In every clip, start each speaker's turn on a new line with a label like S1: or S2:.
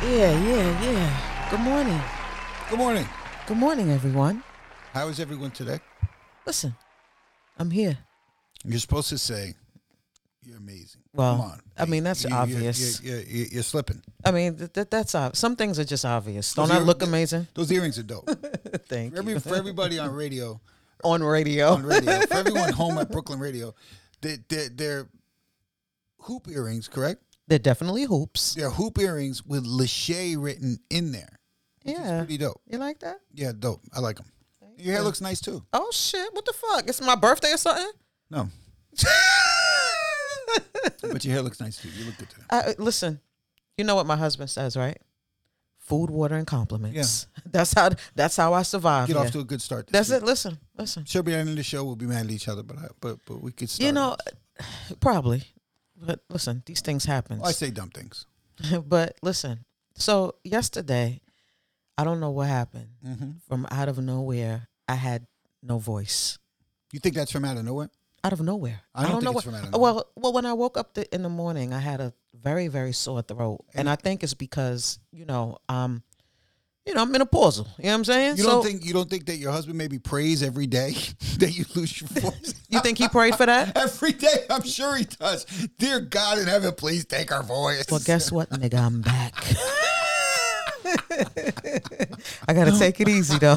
S1: Yeah, yeah, yeah. Good morning.
S2: Good morning.
S1: Good morning, everyone.
S2: How is everyone today?
S1: Listen, I'm here.
S2: You're supposed to say, "You're amazing."
S1: Well,
S2: Come on.
S1: I mean, that's
S2: You- you-
S1: obvious.
S2: You're, you're, you're, you're slipping.
S1: I mean, th- th- that's ob- some things are just obvious. Don't
S2: Those
S1: I
S2: ear-
S1: look
S2: th-
S1: amazing?
S2: Those earrings are dope.
S1: Thank
S2: For,
S1: you.
S2: every, for everybody on radio,
S1: on radio.
S2: on radio, for everyone home at Brooklyn Radio, they, they, they're hoop earrings, correct?
S1: They're definitely hoops.
S2: They're hoop earrings with Lachey written in there.
S1: Yeah.
S2: Pretty dope.
S1: You like that?
S2: Yeah, dope. I like them. Your hair looks nice too.
S1: Oh shit! What the fuck? It's my birthday or something?
S2: No, but your hair looks nice too. You look good today.
S1: I, uh, listen, you know what my husband says, right? Food, water, and compliments. That's how. That's how I survive.
S2: Get
S1: here.
S2: off to a good start.
S1: that's
S2: This week.
S1: it. Listen, listen.
S2: She'll be ending the show. We'll be mad at each other, but I, but but we could. Start
S1: You know,
S2: it.
S1: probably. But listen, these things happen.
S2: Oh, I say dumb things.
S1: but listen, so yesterday, I don't know what happened. From out of nowhere, I had no voice.
S2: You think that's from out of nowhere?
S1: Out of nowhere,
S2: I don't
S1: know
S2: think
S1: what.
S2: it's from out of
S1: well, well, when I woke up the, in the morning, I had a very very sore throat, and, I think it's because you know, um, you know, I'm menopausal. You know what I'm saying?
S2: You
S1: so
S2: don't think you don't think that your husband maybe prays every day that you lose your voice?
S1: you think he prayed for that?
S2: every day, I'm sure he does. Dear God in heaven, please take our voice.
S1: Well, guess what, nigga? I'm back. I gotta take it easy though.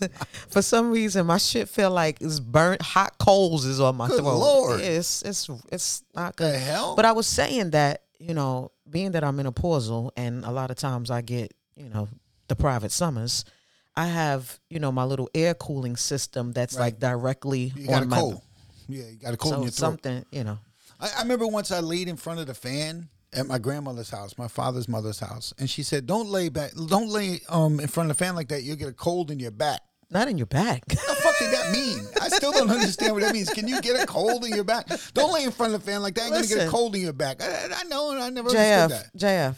S1: For some reason, my shit feel like it's burnt. Hot coals is on my
S2: Good
S1: throat.
S2: Lord.
S1: Yeah, it's it's it's not
S2: the
S1: good.
S2: hell?
S1: But I was saying that you know, being that I'm in a menopausal, and a lot of times I get you know the private summers. I have you know my little air cooling system that's like directly
S2: you got a
S1: on my
S2: cold. Yeah, you got a cold in
S1: so
S2: your throat.
S1: something you know.
S2: I, I remember once I laid in front of the fan at my grandmother's house, my father's mother's house, and she said, "Don't lay back. Don't lay um in front of the fan like that. You'll get a cold in your back."
S1: Not in your back.
S2: the fuck did that mean? I still don't understand what that means. Can you get a cold in your back? Don't lay in front of the fan like that. I'm gonna get
S1: Listen.
S2: a cold in your back. I, I know, and I never understood
S1: JF,
S2: that.
S1: JF,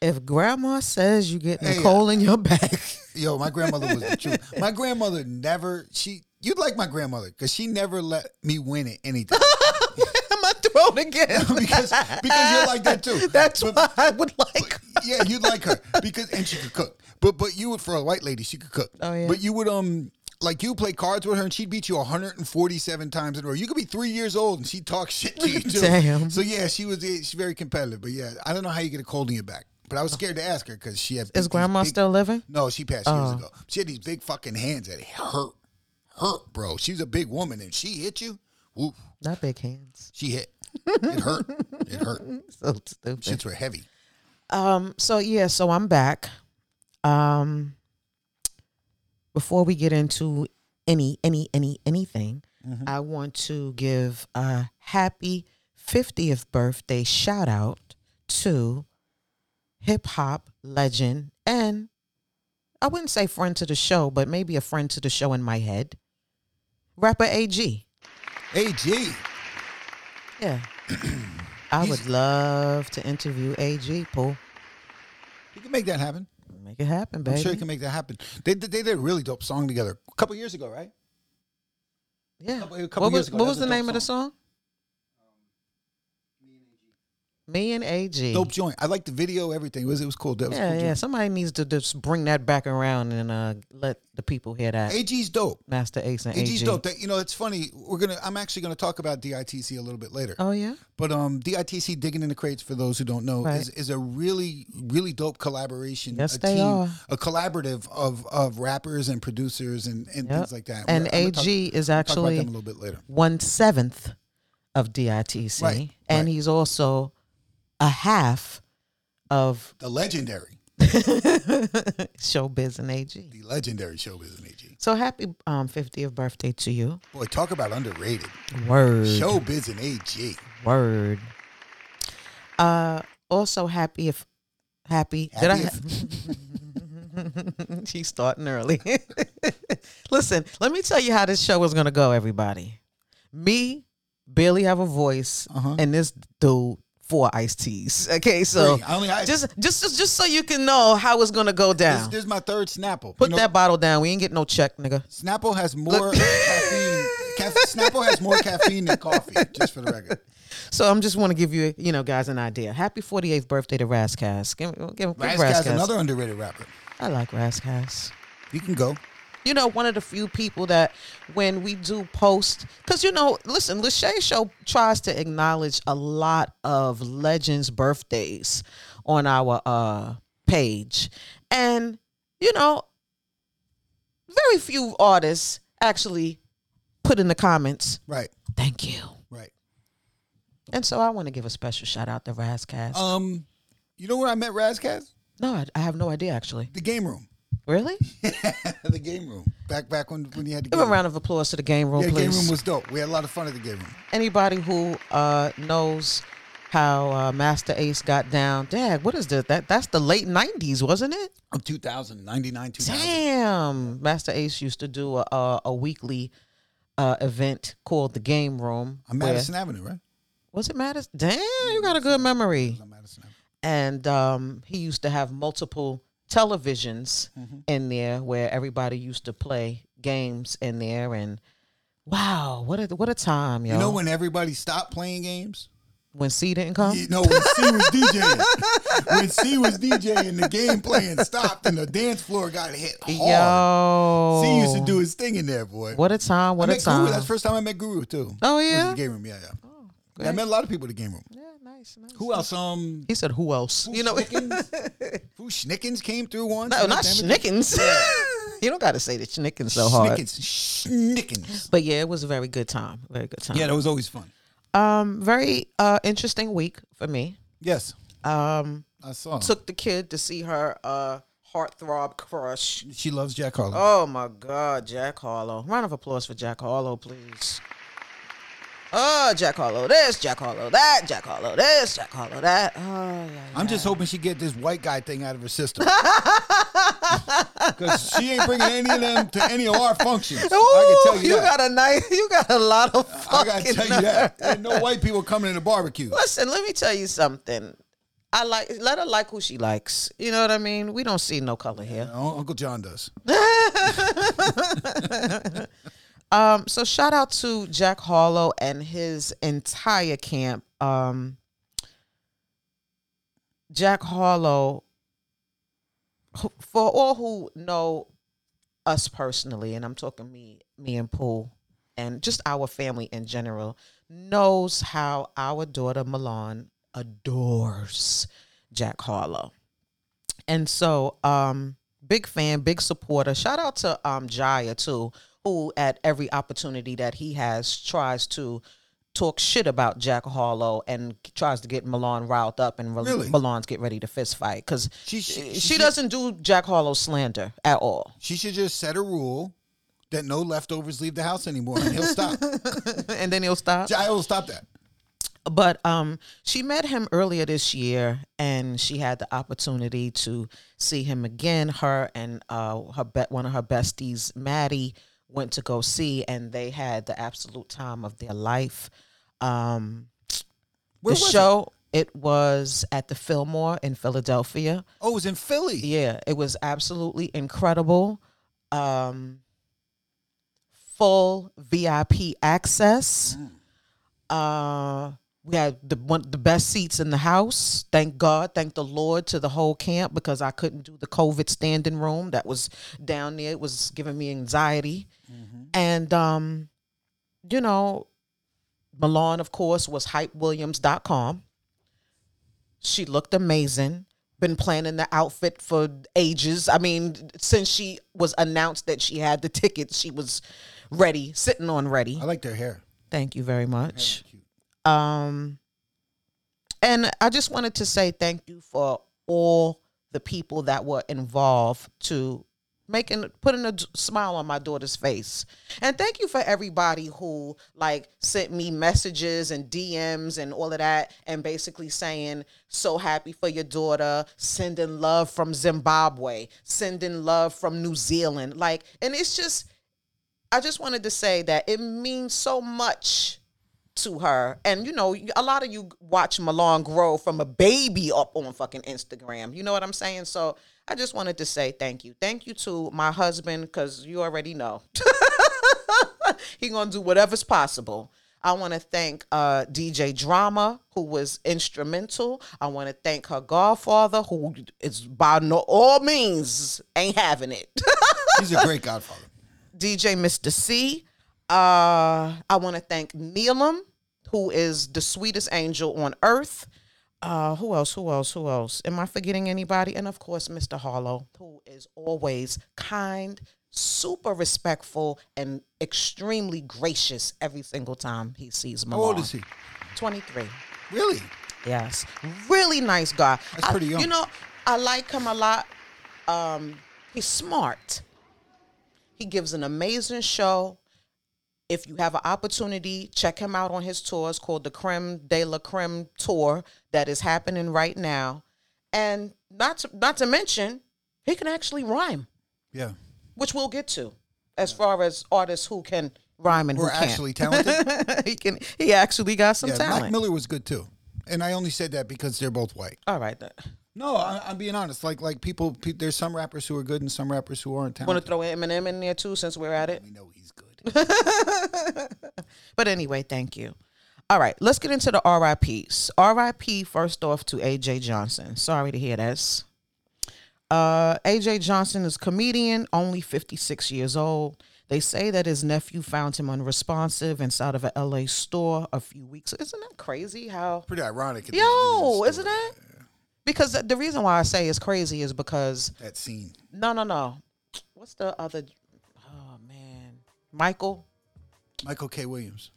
S1: if grandma says you getting
S2: Hey, uh,
S1: a cold in your back,
S2: Yo, my grandmother was the truth. My grandmother never. She, you'd like my grandmother because she never let me win at anything.
S1: I'm a throat again.
S2: because because you're like that too.
S1: That's why I would like.
S2: yeah, you'd like her because and she could cook. But but you would for a white lady, she could cook.
S1: Oh, yeah.
S2: But you would um like you play cards with her and she'd beat you 147 times in a row. You could be three years old and she'd talk shit to you too.
S1: Damn.
S2: So yeah, she was yeah, she's very competitive. But yeah, I don't know how you get a cold in your back. But I was scared to ask her because she had
S1: Is
S2: these
S1: grandma
S2: big-
S1: still Oh. living?
S2: No, she passed years ago. She had these big fucking hands that hurt, hurt, bro. She was a big woman and she hit you. Woof,
S1: Not big hands.
S2: she hit. It hurt. it hurt.
S1: So stupid.
S2: Shits were heavy.
S1: Um. So yeah. So I'm back. Um. Before we get into any any any anything,
S2: Mm-hmm.
S1: I want to give a happy 50th birthday shout out to hip hop legend and I wouldn't say friend to the show, but maybe a friend to the show in my head, rapper AG.
S2: AG.
S1: Yeah. I would love to interview AG, Paul.
S2: You can make that happen.
S1: Make it happen, baby.
S2: I'm sure you can make that happen. They, they they did a really dope song together a couple years ago, right?
S1: Yeah.
S2: couple- a couple
S1: what
S2: years
S1: was,
S2: ago,
S1: what
S2: that
S1: was the
S2: was a
S1: name
S2: dope
S1: of the song?
S2: Um,
S1: Me and AG.
S2: Dope joint. I liked the video, everything. It was it was cool. That was a
S1: yeah,
S2: cool
S1: yeah.
S2: joint.
S1: Somebody needs to just bring that back around and uh, let the people hear that.
S2: AG's dope.
S1: Master Ace and
S2: AG's
S1: AG.
S2: dope. That, you know, it's funny. We're gonna. I'm actually gonna talk about DITC a little bit later.
S1: Oh yeah.
S2: But um, DITC digging in the crates for those who don't know
S1: Right.
S2: is, is a really really dope collaboration.
S1: Yes,
S2: a
S1: they are.
S2: A collaborative of of rappers and producers and, and
S1: Yep.
S2: things like that.
S1: And
S2: We're- I'm gonna talk-
S1: AG is
S2: talk about them
S1: actually
S2: a little bit later.
S1: one seventh of DITC,
S2: Right,
S1: and
S2: right.
S1: he's also a half of
S2: The legendary
S1: Showbiz and AG.
S2: The legendary showbiz and AG.
S1: So happy um, 50th birthday to you.
S2: Boy, talk about underrated.
S1: Word.
S2: Showbiz and AG.
S1: Word. Uh, also happy if happy. did I?
S2: Happy
S1: She's starting early. Listen, let me tell you how this show is gonna go, everybody. Me barely have a voice,
S2: Uh-huh.
S1: and this dude four iced teas. Okay, so
S2: Three. I only I,
S1: just, just just just so you can know how it's gonna go
S2: this,
S1: down.
S2: this is my third Snapple.
S1: Put
S2: You know,
S1: that bottle down. We ain't getting no check, nigga.
S2: Snapple has more caffeine. Caf- Snapple has more caffeine than coffee, just for the record.
S1: So I'm just want to give you, you know, guys, an idea. Happy 48th birthday to Razzcast. Give, give, give
S2: Razzcast,
S1: Razzcast.
S2: another underrated rapper.
S1: I like Razzcast.
S2: You can go.
S1: you know, one of the few people that when we do post, because you know, listen, Lachey Show tries to acknowledge a lot of legends' birthdays on our uh page, and you know, very few artists actually put in the comments,
S2: Right,
S1: "Thank you."
S2: right.
S1: And so I want to give a special shout out to Razzcast.
S2: Um, you know where I met Razzcast?
S1: no, I, I have no idea actually.
S2: The game room.
S1: Really?
S2: the game room. Back back when when you had the
S1: Give
S2: game
S1: a
S2: room.
S1: round of applause to the game room,
S2: Yeah,
S1: please.
S2: game room was dope. We had a lot of fun at the game room.
S1: anybody who uh, knows how uh, Master Ace got down, Dad, what is that? That that's the late '90s, wasn't it?
S2: 2000, 99, 2000.
S1: Damn, Master Ace used to do a, a, a weekly uh, event called the Game Room.
S2: On
S1: where-
S2: Madison Avenue, right?
S1: was it Madison? Damn, you got a good memory.
S2: On Madison Avenue.
S1: And um, he used to have multiple televisions
S2: Mm-hmm.
S1: in there where everybody used to play games in there. And wow, what a what a time, yo!
S2: You know when everybody stopped playing games?
S1: when C didn't come.
S2: You know when C was DJing. when C was DJing, the game playing stopped and the dance floor got hit hard.
S1: Yo.
S2: C used to do his thing in there, boy.
S1: What a time,
S2: I
S1: what a
S2: met Guru.
S1: time.
S2: That's the first time I met Guru too.
S1: Oh,
S2: Was
S1: yeah? Oh,
S2: in the game room, yeah, yeah.
S1: great.
S2: Yeah, I met a lot of people at the game room.
S1: yeah, nice, nice.
S2: Who else? Um,
S1: He said, who else?
S2: Who
S1: You know,
S2: Schnickens? who Schnickens came through once?
S1: no, not
S2: Damn it.
S1: Schnickens. you don't got to say the Schnickens so hard.
S2: Schnickens. Schnickens.
S1: But yeah, it was a very good time. Very good time.
S2: Yeah, that was always fun.
S1: Um, very uh, interesting week for me.
S2: Yes,
S1: Um,
S2: I saw.
S1: took the kid to see her uh, heartthrob crush.
S2: she loves Jack Harlow.
S1: Oh my God, Jack Harlow. Round of applause for Jack Harlow, please. Oh, Jack Harlow this, Jack Harlow that, Jack Harlow this, Jack Harlow that. Oh, yeah, yeah.
S2: I'm just hoping she get this white guy thing out of her system. Because she ain't bringing any of them to any of our functions. I
S1: Ooh,
S2: can tell you, that.
S1: got a nice, you got a lot of fucking.
S2: I gotta tell you that. Ain't no white people coming in the barbecue.
S1: Listen, let me tell you something. I like let her like who she likes. You know what I mean? We don't see no color here.
S2: No, Uncle John does.
S1: Um, so shout out to Jack Harlow and his entire camp. Um, Jack Harlow, who- for all who know us personally, and I'm talking me, me and Pooh, and just our family in general, knows how our daughter Milan adores Jack Harlow. And so, um, big fan, big supporter. Shout out to um, Jaya too, who at every opportunity that he has tries to talk shit about Jack Harlow and tries to get Milan riled up and re-
S2: Really?
S1: Milan's get ready to fist fight because
S2: She-
S1: she,
S2: she-
S1: she,
S2: she-
S1: doesn't do Jack Harlow slander at all.
S2: She should just set a rule that no leftovers leave the house anymore, and he'll stop.
S1: and then he'll stop.
S2: I will stop that.
S1: but um she met him earlier this year and she had the opportunity to see him again her and uh her bet one of her besties maddie went to go see and they had the absolute time of their life um
S2: Where
S1: the
S2: was it?
S1: show it was at the fillmore in philadelphia
S2: Oh, it was in Philly.
S1: yeah, it was absolutely incredible. Um, full VIP access. Uh, we had the one the best seats in the house. Thank God, thank the Lord to the whole camp because I couldn't do the COVID standing room that was down there. It was giving me anxiety, and um, you know, Milan of course was hypewilliams.com. She looked amazing. Been planning the outfit for ages. I mean, since she was announced that she had the tickets, she was ready, sitting on ready.
S2: I liked her hair.
S1: Thank you very much. Um, and I just wanted to say thank you for all the people that were involved to making putting a d- smile on my daughter's face and thank you for everybody who like sent me messages and dms and all of that and basically saying so happy for your daughter sending love from zimbabwe sending love from new zealand like and it's just i just wanted to say that it means so much to her. And you know, a lot of you watch Milan grow from a baby up on fucking Instagram. You know what I'm saying? So I just wanted to say thank you. Thank you to my husband, because you already know. he gonna do whatever's possible. I want to thank uh, DJ Drama, who was instrumental. I want to thank her godfather, who is by no all means ain't having it.
S2: He's a great godfather.
S1: DJ Mr. C. Uh, I want to thank Neelam, who is the sweetest angel on earth. Uh, who else? Who else? Who else? Am I forgetting anybody? And of course, Mr. Harlow, who is always kind, super respectful, and extremely gracious every single time he sees me.
S2: How old is he?
S1: 23.
S2: Really?
S1: Yes. Really nice guy.
S2: That's
S1: I-
S2: pretty young.
S1: You know, I like him a lot. Um, he's smart. He gives an amazing show. If you have an opportunity, check him out on his tour. It's called the Creme de la Creme Tour that is happening right now. And not to, not to mention, he can actually rhyme,
S2: Yeah.
S1: which we'll get to as far as artists who can rhyme and who
S2: We're
S1: can't.
S2: actually talented.
S1: he can he actually got some
S2: yeah, Mac
S1: talent.
S2: Miller was good too. And I only said that because they're both white.
S1: All right. then.
S2: No, I, I'm being honest. Like, like people, pe- there's some rappers who are good and some rappers who aren't
S1: Want
S2: talented.
S1: to throw Eminem in there too since we're at it?
S2: we know he's good.
S1: But anyway, thank you. All right, let's get into the RIPs. RIP first off to AJ Johnson. Sorry to hear this. Uh, AJ Johnson is a comedian, only 56 years old. They say that his nephew found him unresponsive inside of a LA store a few weeks. Isn't that crazy how
S2: Pretty ironic. in this- in this
S1: Yo,
S2: story,
S1: isn't that? Because the- the reason why I say it's crazy is because
S2: that scene?
S1: no, no, no. What's the other Oh man. Michael
S2: Michael K. Williams.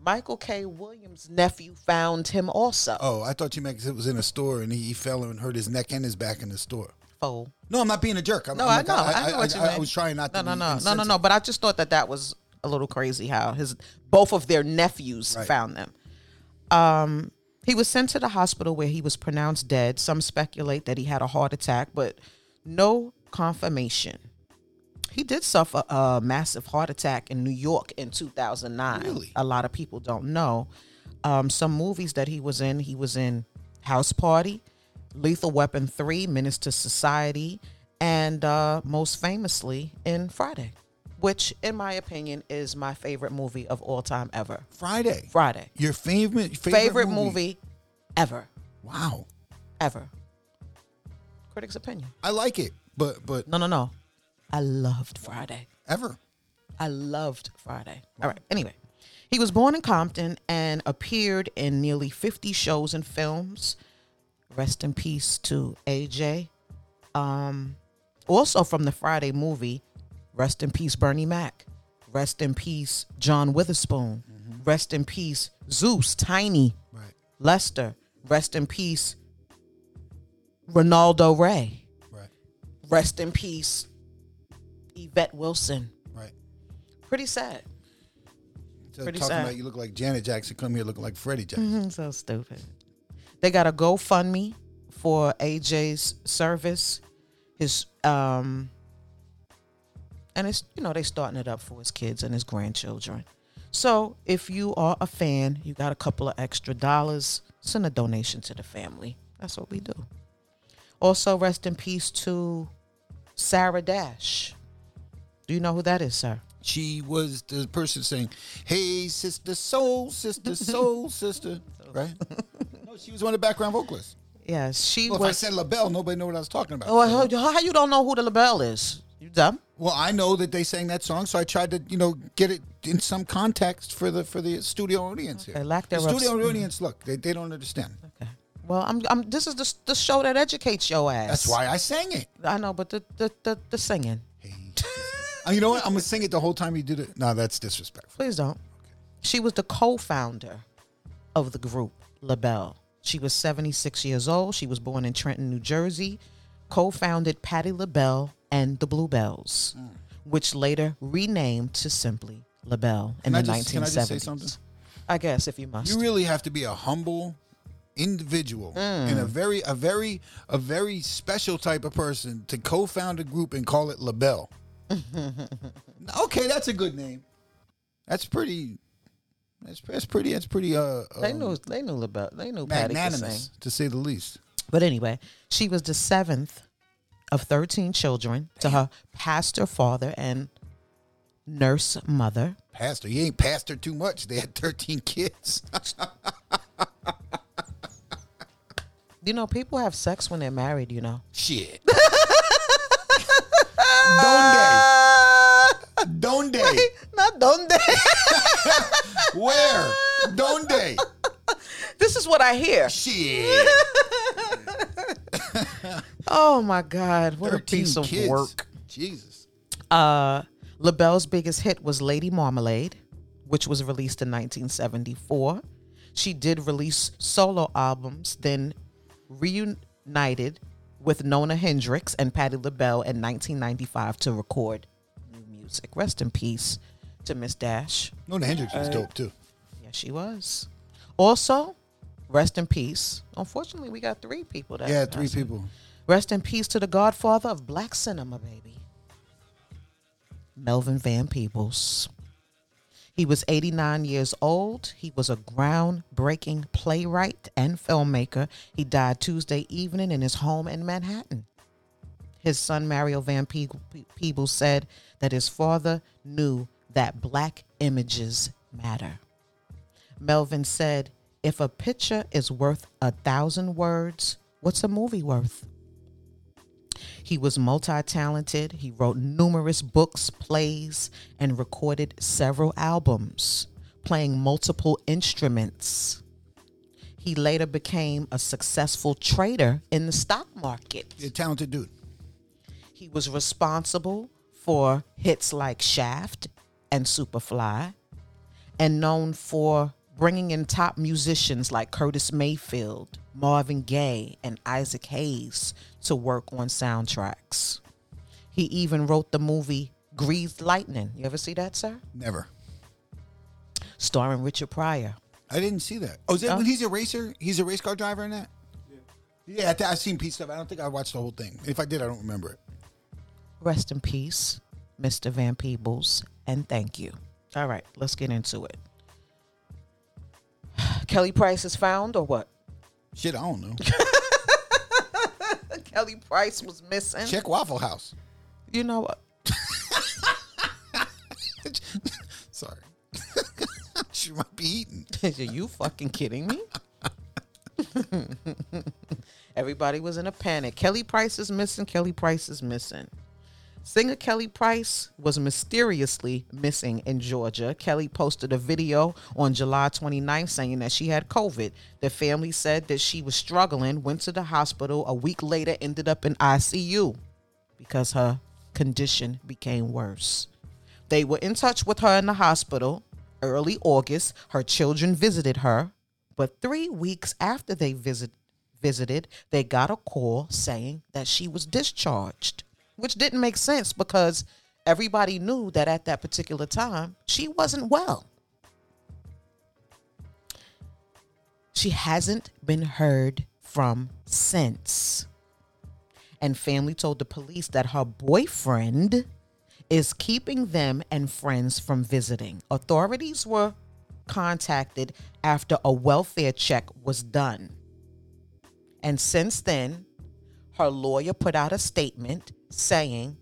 S1: Michael K. Williams' nephew found him also.
S2: Oh, I thought you meant 'cause it was in a store and he, he fell and hurt his neck and his back in the store.
S1: Fool.
S2: No, I'm not being a jerk. I'm,
S1: No,
S2: I'm
S1: I
S2: Oh. like,
S1: know. I, know what you meant.
S2: I was trying not
S1: no,
S2: to.
S1: No,
S2: be
S1: no, no, no,
S2: insensitive.
S1: no. But I just thought that that was a little crazy how his both of their nephews
S2: Right.
S1: found them. Um, he was sent to the hospital where he was pronounced dead. Some speculate that he had a heart attack, but no confirmation. He did suffer a massive heart attack in New York in 2009.
S2: Really?
S1: A lot of people don't know. Um, some movies that he was in, he was in House Party, Lethal Weapon 3, Menace to Society, and uh, most famously in Friday, which, in my opinion, is my favorite movie of all time ever.
S2: Friday.
S1: Friday.
S2: Your favorite favorite,
S1: Favorite movie ever.
S2: Wow,
S1: Ever. Critics' opinion.
S2: I like it, but but
S1: No, no, no. I loved Friday.
S2: ever.
S1: I loved Friday. All right. Anyway, he was born in Compton and appeared in nearly 50 shows and films. Rest in peace to AJ. Um, also from the Friday movie, rest in peace Bernie Mac. Rest in peace John Witherspoon. Rest in peace Zeus, Tiny,
S2: Right,
S1: Lester. Rest in peace Ronaldo Ray.
S2: right,
S1: Rest in peace Yvette Wilson.
S2: right.
S1: Pretty sad.
S2: So
S1: Pretty
S2: talking
S1: sad.
S2: about you look like Janet Jackson. Come here looking like Freddie Jackson.
S1: Mm, so stupid. They got a GoFundMe for AJ's service. His um and it's you know, they starting it up for his kids and his grandchildren. So if you are a fan, you got a couple of extra dollars, send a donation to the family. That's what we do. Also, rest in peace to Sarah Dash. Do you know who that is, sir?
S2: She was the person saying, "Hey, sister, soul sister, soul sister." Right? No, she was one of the background vocalists.
S1: Yes, she
S2: Well, if I
S1: was.
S2: said LaBelle, nobody knew what I was talking about.
S1: Well, how, how you don't know who the LaBelle is? You dumb?
S2: Well, I know that they sang that song, so I tried to, you know, get it in some context for the for the studio audience here.
S1: Okay, lack
S2: the
S1: thereof- Mm-hmm.
S2: studio audience, look, they, they don't understand.
S1: Okay. Well, I'm, I'm. This is the, the show that educates your ass.
S2: That's why I sang it.
S1: I know, but the the the, the singing.
S2: Uh, You know what? I'm gonna sing it the whole time you did it. No, that's disrespectful.
S1: Please don't. She was the co-founder of the group LaBelle. She was 76 years old. She was born in Trenton, New Jersey. co founded Patti LaBelle and the Bluebells,
S2: Mm.
S1: which later renamed to simply LaBelle in
S2: Can I
S1: the
S2: just-
S1: 1970s.
S2: can I just say something?
S1: I guess if you must.
S2: You really have to be a humble individual
S1: Mm.
S2: and a very a very a very special type of person to co-found a group and call it LaBelle. okay, that's a good name. That's pretty that's, that's pretty that's pretty uh,
S1: they
S2: um,
S1: knew they knew LaBelle. They knew Patty could sing.
S2: magnanimous to say the least.
S1: But anyway, she was the seventh of 13 children to her pastor father and nurse mother.
S2: Pastor, you ain't pastor too much. They had 13 kids.
S1: You know, people have sex when they're married, you know.
S2: Shit. Donde. Donde.
S1: Not donde.
S2: Where? Donde.
S1: this is what I hear.
S2: Shit.
S1: Oh my God. What a
S2: 13
S1: piece of
S2: kids.
S1: work.
S2: Jesus.
S1: Uh, LaBelle's biggest hit was Lady Marmalade, which was released in 1974. She did release solo albums, then reunited with Nona Hendrix and Patti LaBelle in 1995 to record new music. Rest in peace to Miss Dash.
S2: Nona Hendrix
S1: Uh,
S2: was dope too.
S1: Yes, she was. Also, rest in peace. Unfortunately, we got three people that
S2: Yeah, three people.
S1: Rest in peace to the godfather of black cinema, baby. Melvin Van Peebles. He was 89 years old. He was a groundbreaking playwright and filmmaker. He died Tuesday evening in his home in Manhattan. His son, Mario Van Pee- Pee- Peebles, said that his father knew that black images matter. Melvin said, If a picture is worth a thousand words, what's a movie worth? He was multi talented. He wrote numerous books, plays, and recorded several albums, playing multiple instruments. He later became a successful trader in the stock market.
S2: You're a talented dude.
S1: He was responsible for hits like Shaft and Superfly, and known for bringing in top musicians like Curtis Mayfield, Marvin Gaye, and Isaac Hayes to work on soundtracks. He even wrote the movie Greased Lightning. You ever see that, sir?
S2: Never.
S1: Starring Richard Pryor.
S2: I didn't see that. Oh, is that
S1: Oh.
S2: when he's a racer? He's a race car driver in that? Yeah. Yeah, I th- I've seen pieces of it. I don't think I watched the whole thing. If I did, I don't remember it.
S1: Rest in peace, Mr. Van Peebles, and thank you. All right, let's get into it. Kelly Price is found or what?
S2: Shit, I don't know.
S1: Kelly Price was missing.
S2: Check Waffle House.
S1: You know what?
S2: Sorry. she might be eating.
S1: Are you fucking kidding me? Everybody was in a panic. Kelly Price is missing. Kelly Price is missing. Singer Kelly Price was mysteriously missing in Georgia. Kelly posted a video on July 29th saying that she had COVID. The family said that she was struggling, went to the hospital. A week later, ended up in ICU because her condition became worse. They were in touch with her in the hospital early August. Her children visited her, but three weeks after they visit, visited, they got a call saying that she was discharged, which didn't make sense because everybody knew that at that particular time she wasn't well. She hasn't been heard from since and family told the police that her boyfriend is keeping them and friends from visiting. Authorities were contacted after a welfare check was done. And since then, her lawyer put out a statement saying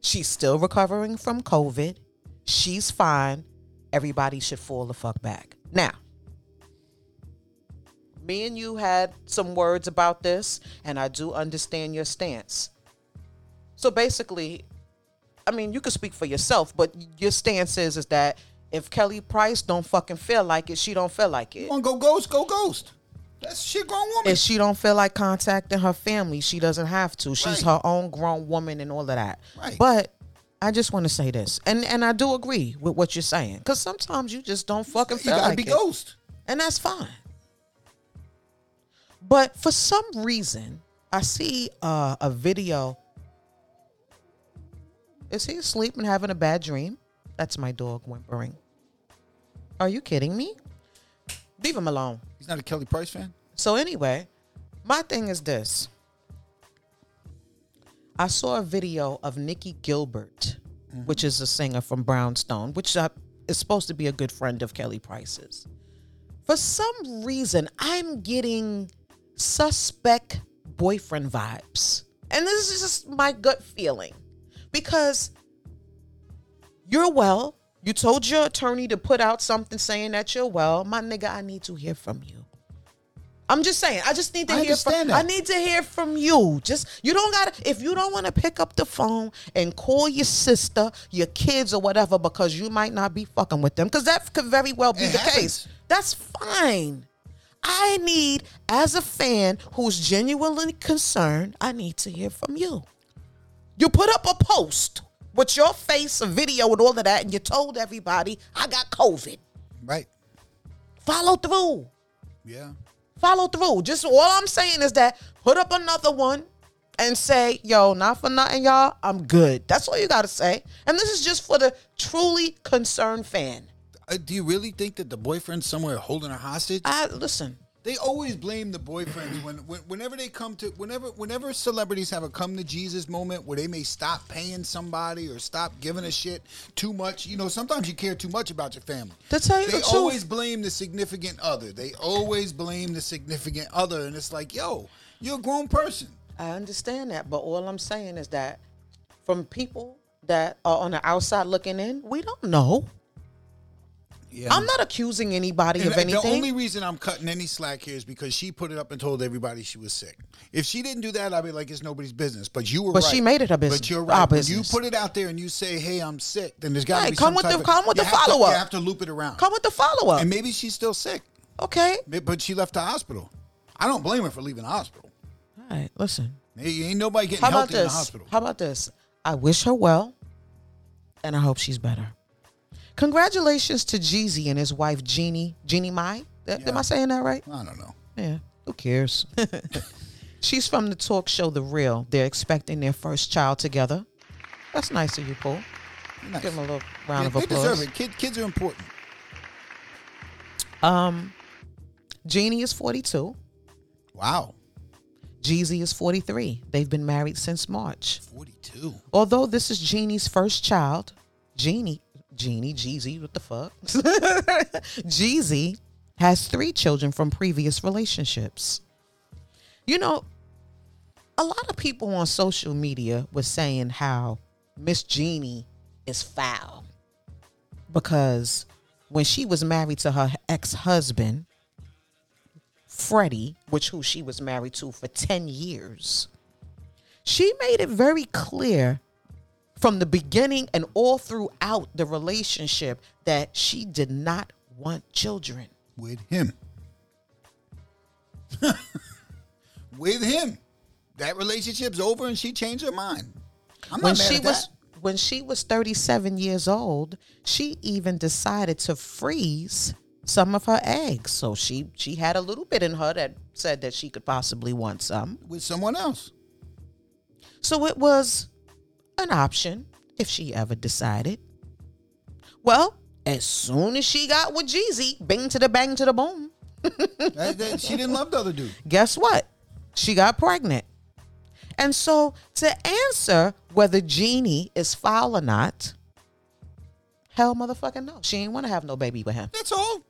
S1: she's still recovering from COVID. She's fine. Everybody should fall the fuck back. Now, me and you had some words about this, and I do understand your stance. So basically, I mean, you can speak for yourself, but your stance is is that if Kelly Price don't fucking feel like it, she don't feel like it.
S2: Come on, go ghost, go ghost. That's shit, grown woman.
S1: If she don't feel like contacting her family, she doesn't have to. She's
S2: Right.
S1: her own grown woman and all of that.
S2: Right.
S1: But I just want to say this, and and I do agree with what you're saying, because sometimes you just don't fucking
S2: you
S1: feel
S2: gotta
S1: like
S2: be
S1: it
S2: ghost.
S1: and that's fine. But for some reason, I see uh, a video. Is he asleep and having a bad dream? That's my dog whimpering. Are you kidding me? Leave him alone.
S2: He's not a Kelly Price fan.
S1: So anyway, my thing is this. I saw a video of Nikki Gilbert,
S2: Mm-hmm.
S1: which is a singer from Brownstone, which uh, is supposed to be a good friend of Kelly Price's. For some reason, I'm getting suspect boyfriend vibes. And this is just my gut feeling because you're well. You told your attorney to put out something saying that you're well. My nigga, I need to hear from you. I'm just saying. I just need to
S2: I
S1: hear from.
S2: understand
S1: I
S2: that.
S1: need to hear from you. Just you don't gotta. If you don't want to pick up the phone and call your sister, your kids, or whatever, because you might not be fucking with them, because that could very well be
S2: It
S1: the
S2: happens.
S1: case. That's fine. I need, as a fan who's genuinely concerned, I need to hear from you. You put up a post with your face, a video, and all of that, and you told everybody, I got COVID.
S2: Right.
S1: Follow through.
S2: Yeah.
S1: Follow through. Just all I'm saying is that put up another one and say, yo, not for nothing, y'all, I'm good. That's all you got to say. And this is just for the truly concerned fan.
S2: Uh, do you really think that the boyfriend's somewhere holding her hostage?
S1: I listen.
S2: They always blame the boyfriends when, when whenever they come to whenever whenever celebrities have a come to Jesus moment where they may stop paying somebody or stop giving a shit too much. You know, sometimes you care too much about your family.
S1: To tell you
S2: they
S1: the
S2: always
S1: truth.
S2: blame the significant other. They always blame the significant other, and it's like, yo, you're a grown person.
S1: I understand that, but all I'm saying is that from people that are on the outside looking in, we don't know.
S2: Yeah,
S1: I'm not accusing anybody
S2: And
S1: of
S2: the-
S1: anything.
S2: The only reason I'm cutting any slack here is because she put it up and told everybody she was sick. If she didn't do that, I'd be like, it's nobody's business. But you were
S1: But
S2: right.
S1: she made it her business-
S2: But you're
S1: our
S2: right. When
S1: business.
S2: you put it out there and you say, hey, I'm sick, then there's got to
S1: Right,
S2: be
S1: come
S2: some
S1: with
S2: type
S1: the-
S2: of,
S1: come with
S2: you
S1: the
S2: have to-
S1: follow-up.
S2: You have to loop it around.
S1: Come with the follow up.
S2: and maybe she's still sick,
S1: Okay.
S2: May- but she left the hospital. I don't blame her for leaving the hospital.
S1: All right, listen.
S2: Hey, Ain't nobody getting
S1: How about
S2: healthy in the
S1: this?
S2: hospital.
S1: How about this? I wish her well, and I hope she's better. Congratulations to Jeezy and his wife Jeannie. Jeannie Mai. Th- Am
S2: Yeah.
S1: I saying that right?
S2: I don't know.
S1: Yeah. Who cares? She's from the talk show The Real. They're expecting their first child together. That's nice of you, Paul.
S2: Nice.
S1: Give him a little round
S2: Yeah,
S1: of
S2: they
S1: applause.
S2: deserve it. Kid, kids are important.
S1: Um, Jeannie is 42.
S2: Wow.
S1: Jeezy is 43. They've been married since March.
S2: 42.
S1: Although this is Jeannie's first child, Jeannie, Jeannie, Jeezy, what the fuck? Jeezy has three children from previous relationships. You know, a lot of people on social media were saying how Miss Jeannie is foul because when she was married to her ex-husband, Freddie, which who she was married to for 10 years, she made it very clear from the beginning and all throughout the relationship that she did not want children.
S2: with him. with him. That relationship's over and she changed her mind. I'm
S1: when
S2: not mad
S1: she
S2: at
S1: was
S2: that.
S1: when she was 37 years old, she even decided to freeze some of her eggs. So she she had a little bit in her that said that she could possibly want some.
S2: with someone else.
S1: So it was an option if she ever decided. Well, as soon as she got with Jeezy, bing to the bang to the boom.
S2: That- that- she didn't love the other dude.
S1: guess what? She got pregnant. And so to answer whether Jeannie is foul or not, hell motherfucking no. She ain't want to have no baby with him.
S2: That's all.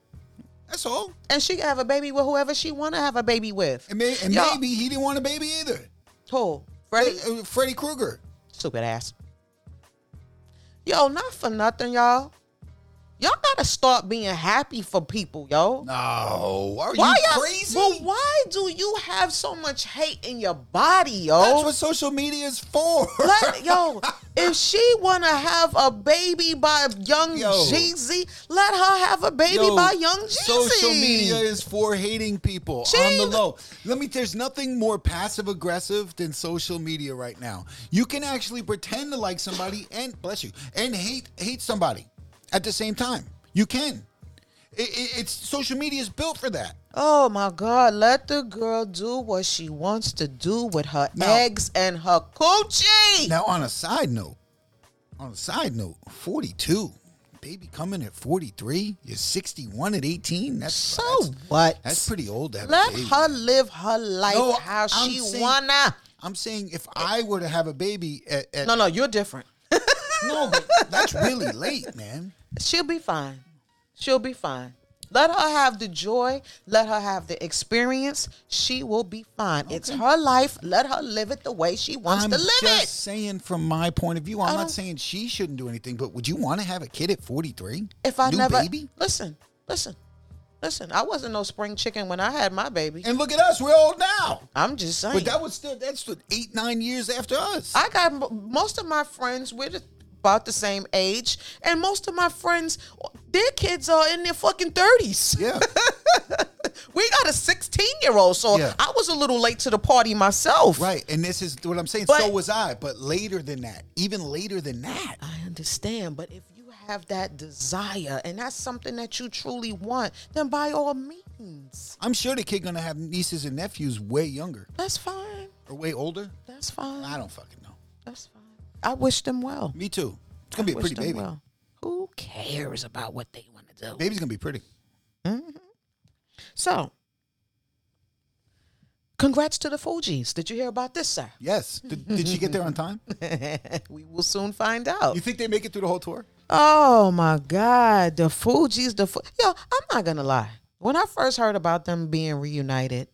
S2: That's all.
S1: And she can have a baby with whoever she want to have a baby with.
S2: And, may, and
S1: Y'all-
S2: maybe he didn't want a baby either.
S1: Who? Freddie?
S2: Uh, uh, Freddy Krueger.
S1: Stupid ass. Yo, not for nothing, y'all. Y'all gotta start being happy for people, yo.
S2: No. Are
S1: why
S2: you
S1: y'all-
S2: crazy?
S1: Well, why do you have so much hate in your body, yo?
S2: That's what social media is for.
S1: Let yo, if she wanna have a baby by young
S2: Yo.
S1: Jeezy, let her have a baby
S2: Yo,
S1: by young Jeezy.
S2: Social media is for hating people on the
S1: Jeez.
S2: low. Let me. There's nothing more passive aggressive than social media right now. You can actually pretend to like somebody and bless you and hate hate somebody at the same time. You can. It, it, it's social media is built for that.
S1: Oh my God! Let the girl do what she wants to do with her
S2: Now-
S1: eggs and her coochie.
S2: Now, on a side note, on a side note, 42. Baby coming at 43. You're 61 at 18. That's
S1: so
S2: that's,
S1: what?
S2: that's pretty old. to have a
S1: Let
S2: baby.
S1: her live her life
S2: No,
S1: how
S2: I'm
S1: she
S2: saying-
S1: wanna.
S2: I'm saying if I were to have a baby at, at
S1: No, no, you're different.
S2: no, but that's really late, man.
S1: She'll be fine. She'll be fine. Let her have the joy. Let her have the experience. She will be fine. It's her life. Let her live it the Oh. way she wants
S2: I'm
S1: to live
S2: just
S1: it.
S2: saying from my point of view. I'm
S1: don't-
S2: not saying she shouldn't do anything, but would you want to have a kid at 43?
S1: If I
S2: New
S1: never
S2: baby?
S1: listen, listen, listen. I wasn't no spring chicken when I had my baby.
S2: And look at us, we're old now.
S1: I'm just saying.
S2: But that was still that's what, eight nine years after us.
S1: I got mo- most of my friends we're just about the same age, and most of my friends, their kids are in their fucking thirties.
S2: yeah,
S1: We got a 16 year old, so
S2: Yeah.
S1: I was a little late to the party myself.
S2: right. And this is what I'm saying.
S1: But-
S2: so was I, but later than that, even later than that.
S1: I understand, but if you have that desire and that's something that you truly want, then by all means,
S2: I'm sure the kid gonna have nieces and nephews way younger
S1: that's fine.
S2: or way older.
S1: That's fine.
S2: I don't fucking know.
S1: That's fine. I wish them well.
S2: Me too. It's gonna be a
S1: wish
S2: pretty
S1: them
S2: baby.
S1: well. Who cares about what they want to do?
S2: Baby's gonna be pretty.
S1: So, congrats to the Fugees. Did you hear about this, sir?
S2: Yes. Did, did she get there on time?
S1: we will soon find out.
S2: You think they make it through the whole tour?
S1: Oh my God, the Fugees, the Fu- yo, I'm not gonna lie. When I first heard about them being reunited,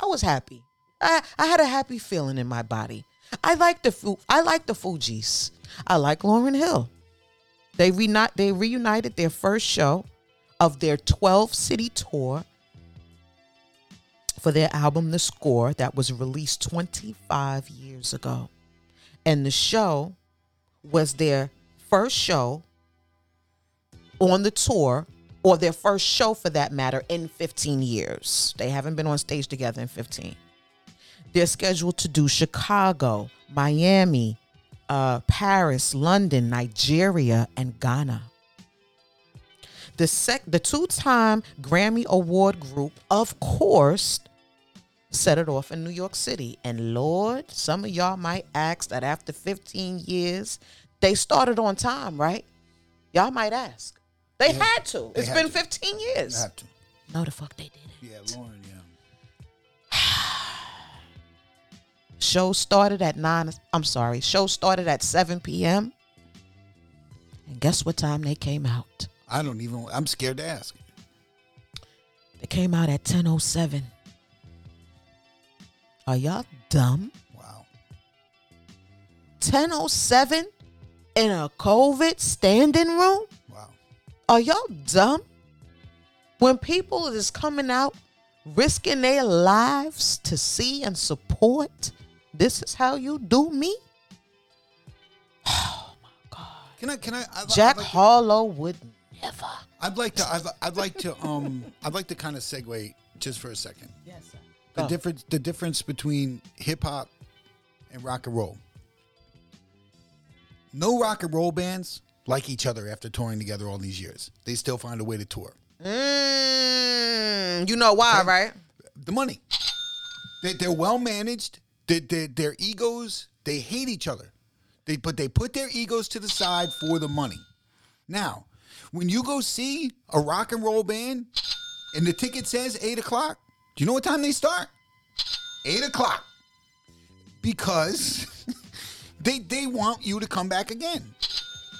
S1: I was happy. I I had a happy feeling in my body. I like the Fu- I like the Fugees. I like Lauren Hill. They reuni- they reunited their first show of their 12 city tour for their album The Score that was released 25 years ago. And the show was their first show on the tour or their first show for that matter in 15 years. They haven't been on stage together in 15. They're scheduled to do Chicago, Miami, uh, Paris, London, Nigeria, and Ghana. The sec- the two-time Grammy Award group, of course, set it off in New York City. And Lord, some of y'all might ask that after 15 years, they started on time, right? Y'all might ask. They had to.
S2: they
S1: It's
S2: had
S1: been
S2: to.
S1: 15 years.
S2: I have to.
S1: No, the fuck they didn't.
S2: Yeah, Lauren. Yeah.
S1: Show started at 9, I'm sorry, show started at 7 p.m. And guess what time they came out?
S2: I don't even. I'm scared to ask.
S1: They came out at 10.07. Are y'all dumb?
S2: Wow.
S1: 10.07 in a COVID standing room?
S2: Wow.
S1: Are y'all dumb? When people is coming out risking their lives to see and support, this is how you do me?
S2: Can I? Can I? I'd,
S1: Jack
S2: I'd like,
S1: Harlow would never.
S2: I'd like to. I'd, I'd like to. Um. I'd like to kind of segue just for a second.
S1: Yes, sir.
S2: The difference. The difference between hip hop and rock and roll. No rock and roll bands like each other after touring together all these years. They still find a way to tour.
S1: Mm, you know why, right?
S2: the money. They, they're well managed. They, they, their egos, they hate each other. They but they put their egos to the side for the money. Now, when you go see a rock and roll band, and the ticket says eight o'clock, do you know what time they start? Eight o'clock, because they they want you to come back again.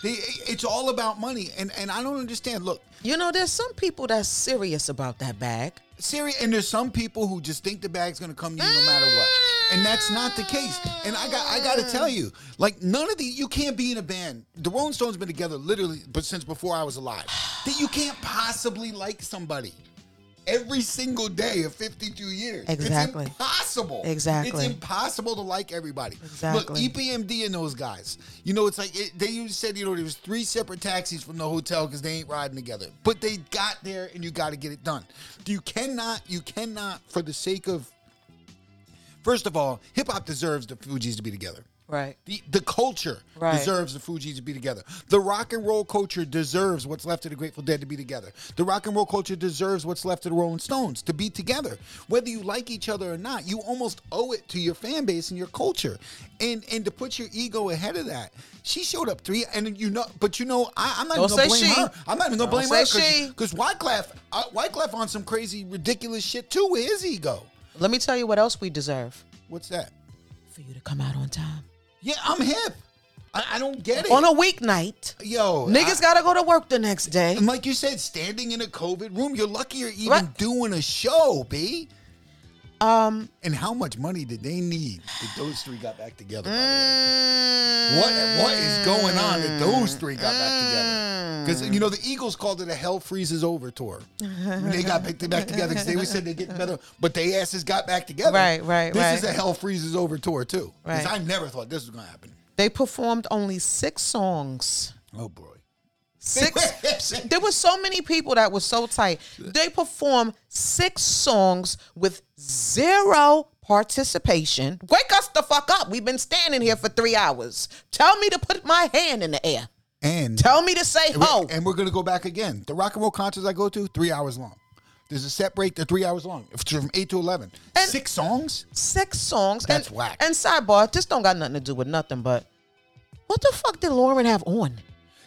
S2: They, it's all about money, and and I don't understand. Look,
S1: You know, there's some people that's serious about that bag.
S2: Siri, and there's some people who just think the bag's gonna come to you no matter what, and that's not the case. And I got, I gotta tell you, like none of the, you can't be in a band. The Rolling Stones been together literally, but since before I was alive, that you can't possibly like somebody every single day of 52 years.
S1: Exactly.
S2: It's impossible.
S1: Exactly.
S2: It's impossible to like everybody.
S1: Exactly.
S2: Look, E EPMD and those guys. You know, it's like it, they used said, you know, there was three separate taxis from the hotel because they ain't riding together. But they got there, and you got to get it done. You cannot, you cannot, for the sake of. First of all, hip hop deserves the Fugees to be together.
S1: Right.
S2: The, the culture
S1: Right.
S2: deserves the Fugees to be together. The rock and roll culture deserves what's left of the Grateful Dead to be together. The rock and roll culture deserves what's left of the Rolling Stones to be together. Whether you like each other or not, you almost owe it to your fan base and your culture. And and to put your ego ahead of that, she showed up three, and you know, but you know, I, I'm not
S1: Don't
S2: even gonna
S1: say
S2: blame
S1: she.
S2: her. I'm not even gonna
S1: Don't
S2: blame her
S1: say she.
S2: because Wyclef, uh, Wyclef on some crazy, ridiculous shit too with his ego.
S1: Let me tell you what else we deserve
S2: What's that?
S1: for you to come out on time
S2: Yeah, I'm hip. I, I don't get it.
S1: on a weeknight.
S2: Yo,
S1: Oh, Niggas
S2: I-
S1: gotta go to work the next day.
S2: And like you said, standing in a COVID room, you're lucky you're even
S1: Right.
S2: doing a show, B.
S1: Um,
S2: And how much money did they need that those three got back together? By the
S1: Mm.
S2: way? What what is going on that those three got back
S1: Mm.
S2: together? Because you know the Eagles called it a "Hell Freezes Over" tour. When they got back, they back together because they always said they get better, but they asses got back together.
S1: Right, right,
S2: This
S1: right.
S2: is a "Hell Freezes Over" tour too. 'Cause
S1: Right.
S2: I never thought this was gonna happen.
S1: they performed only six songs.
S2: Oh boy.
S1: Six. there were so many people that were so tight. They performed six songs with zero participation. Wake us the fuck up. We've been standing here for three hours. Tell me to put my hand in the air.
S2: And
S1: Tell me to say
S2: And we-
S1: ho.
S2: And we're gonna go back again. The rock and roll concerts I go to, three hours long. There's a set break, they're three hours long. If it's from eight to eleven.
S1: And-
S2: Six songs?
S1: Six songs.
S2: That's
S1: and,
S2: whack.
S1: And sidebar, this don't got nothing to do with nothing, but what the fuck did Lauren have on?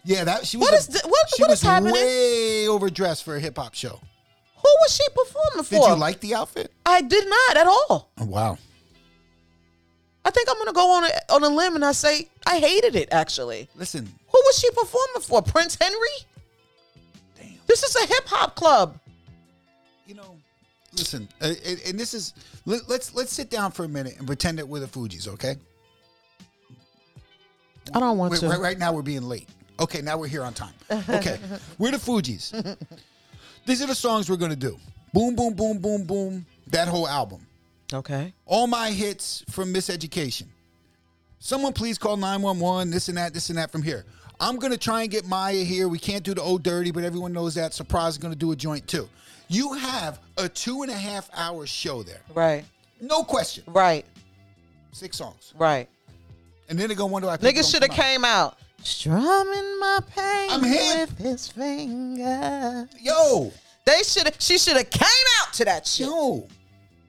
S2: Yeah, that she was
S1: What
S2: a-
S1: is the- what-
S2: she
S1: what
S2: was
S1: is happening?
S2: way overdressed for a hip hop show.
S1: Who was she performing
S2: Did
S1: for?
S2: you like the outfit?
S1: I did not at all.
S2: Oh, wow.
S1: I think I'm gonna go on a, on a limb and I say I hated it actually.
S2: Listen,
S1: Who was she performing for? Prince Henry?
S2: damn.
S1: This is a hip hop club.
S2: You know, listen, uh, and, and this is let, let's let's sit down for a minute and pretend that we're the Fugees, okay?
S1: I don't want
S2: Wait,
S1: to.
S2: right, right now we're being late. Okay, now we're here on time. Okay, we're the Fugees. These are the songs we're gonna do. Boom, boom, boom, boom, boom. That whole album.
S1: Okay.
S2: All my hits from Miseducation. Someone please call 911, this and that, this and that from here. I'm going to try and get Maya here. We can't do the old dirty, but everyone knows that. Surprise is going to do a joint too. You have a two and a half hour show there.
S1: Right.
S2: No question.
S1: Right.
S2: Six songs.
S1: right.
S2: And then they're going to wonder why people
S1: Niggas
S2: don't
S1: should have
S2: come out.
S1: came out. Strumming my pain
S2: I'm hip.
S1: with his finger.
S2: Yo,
S1: They should have. She should have came out to that shit.
S2: yo.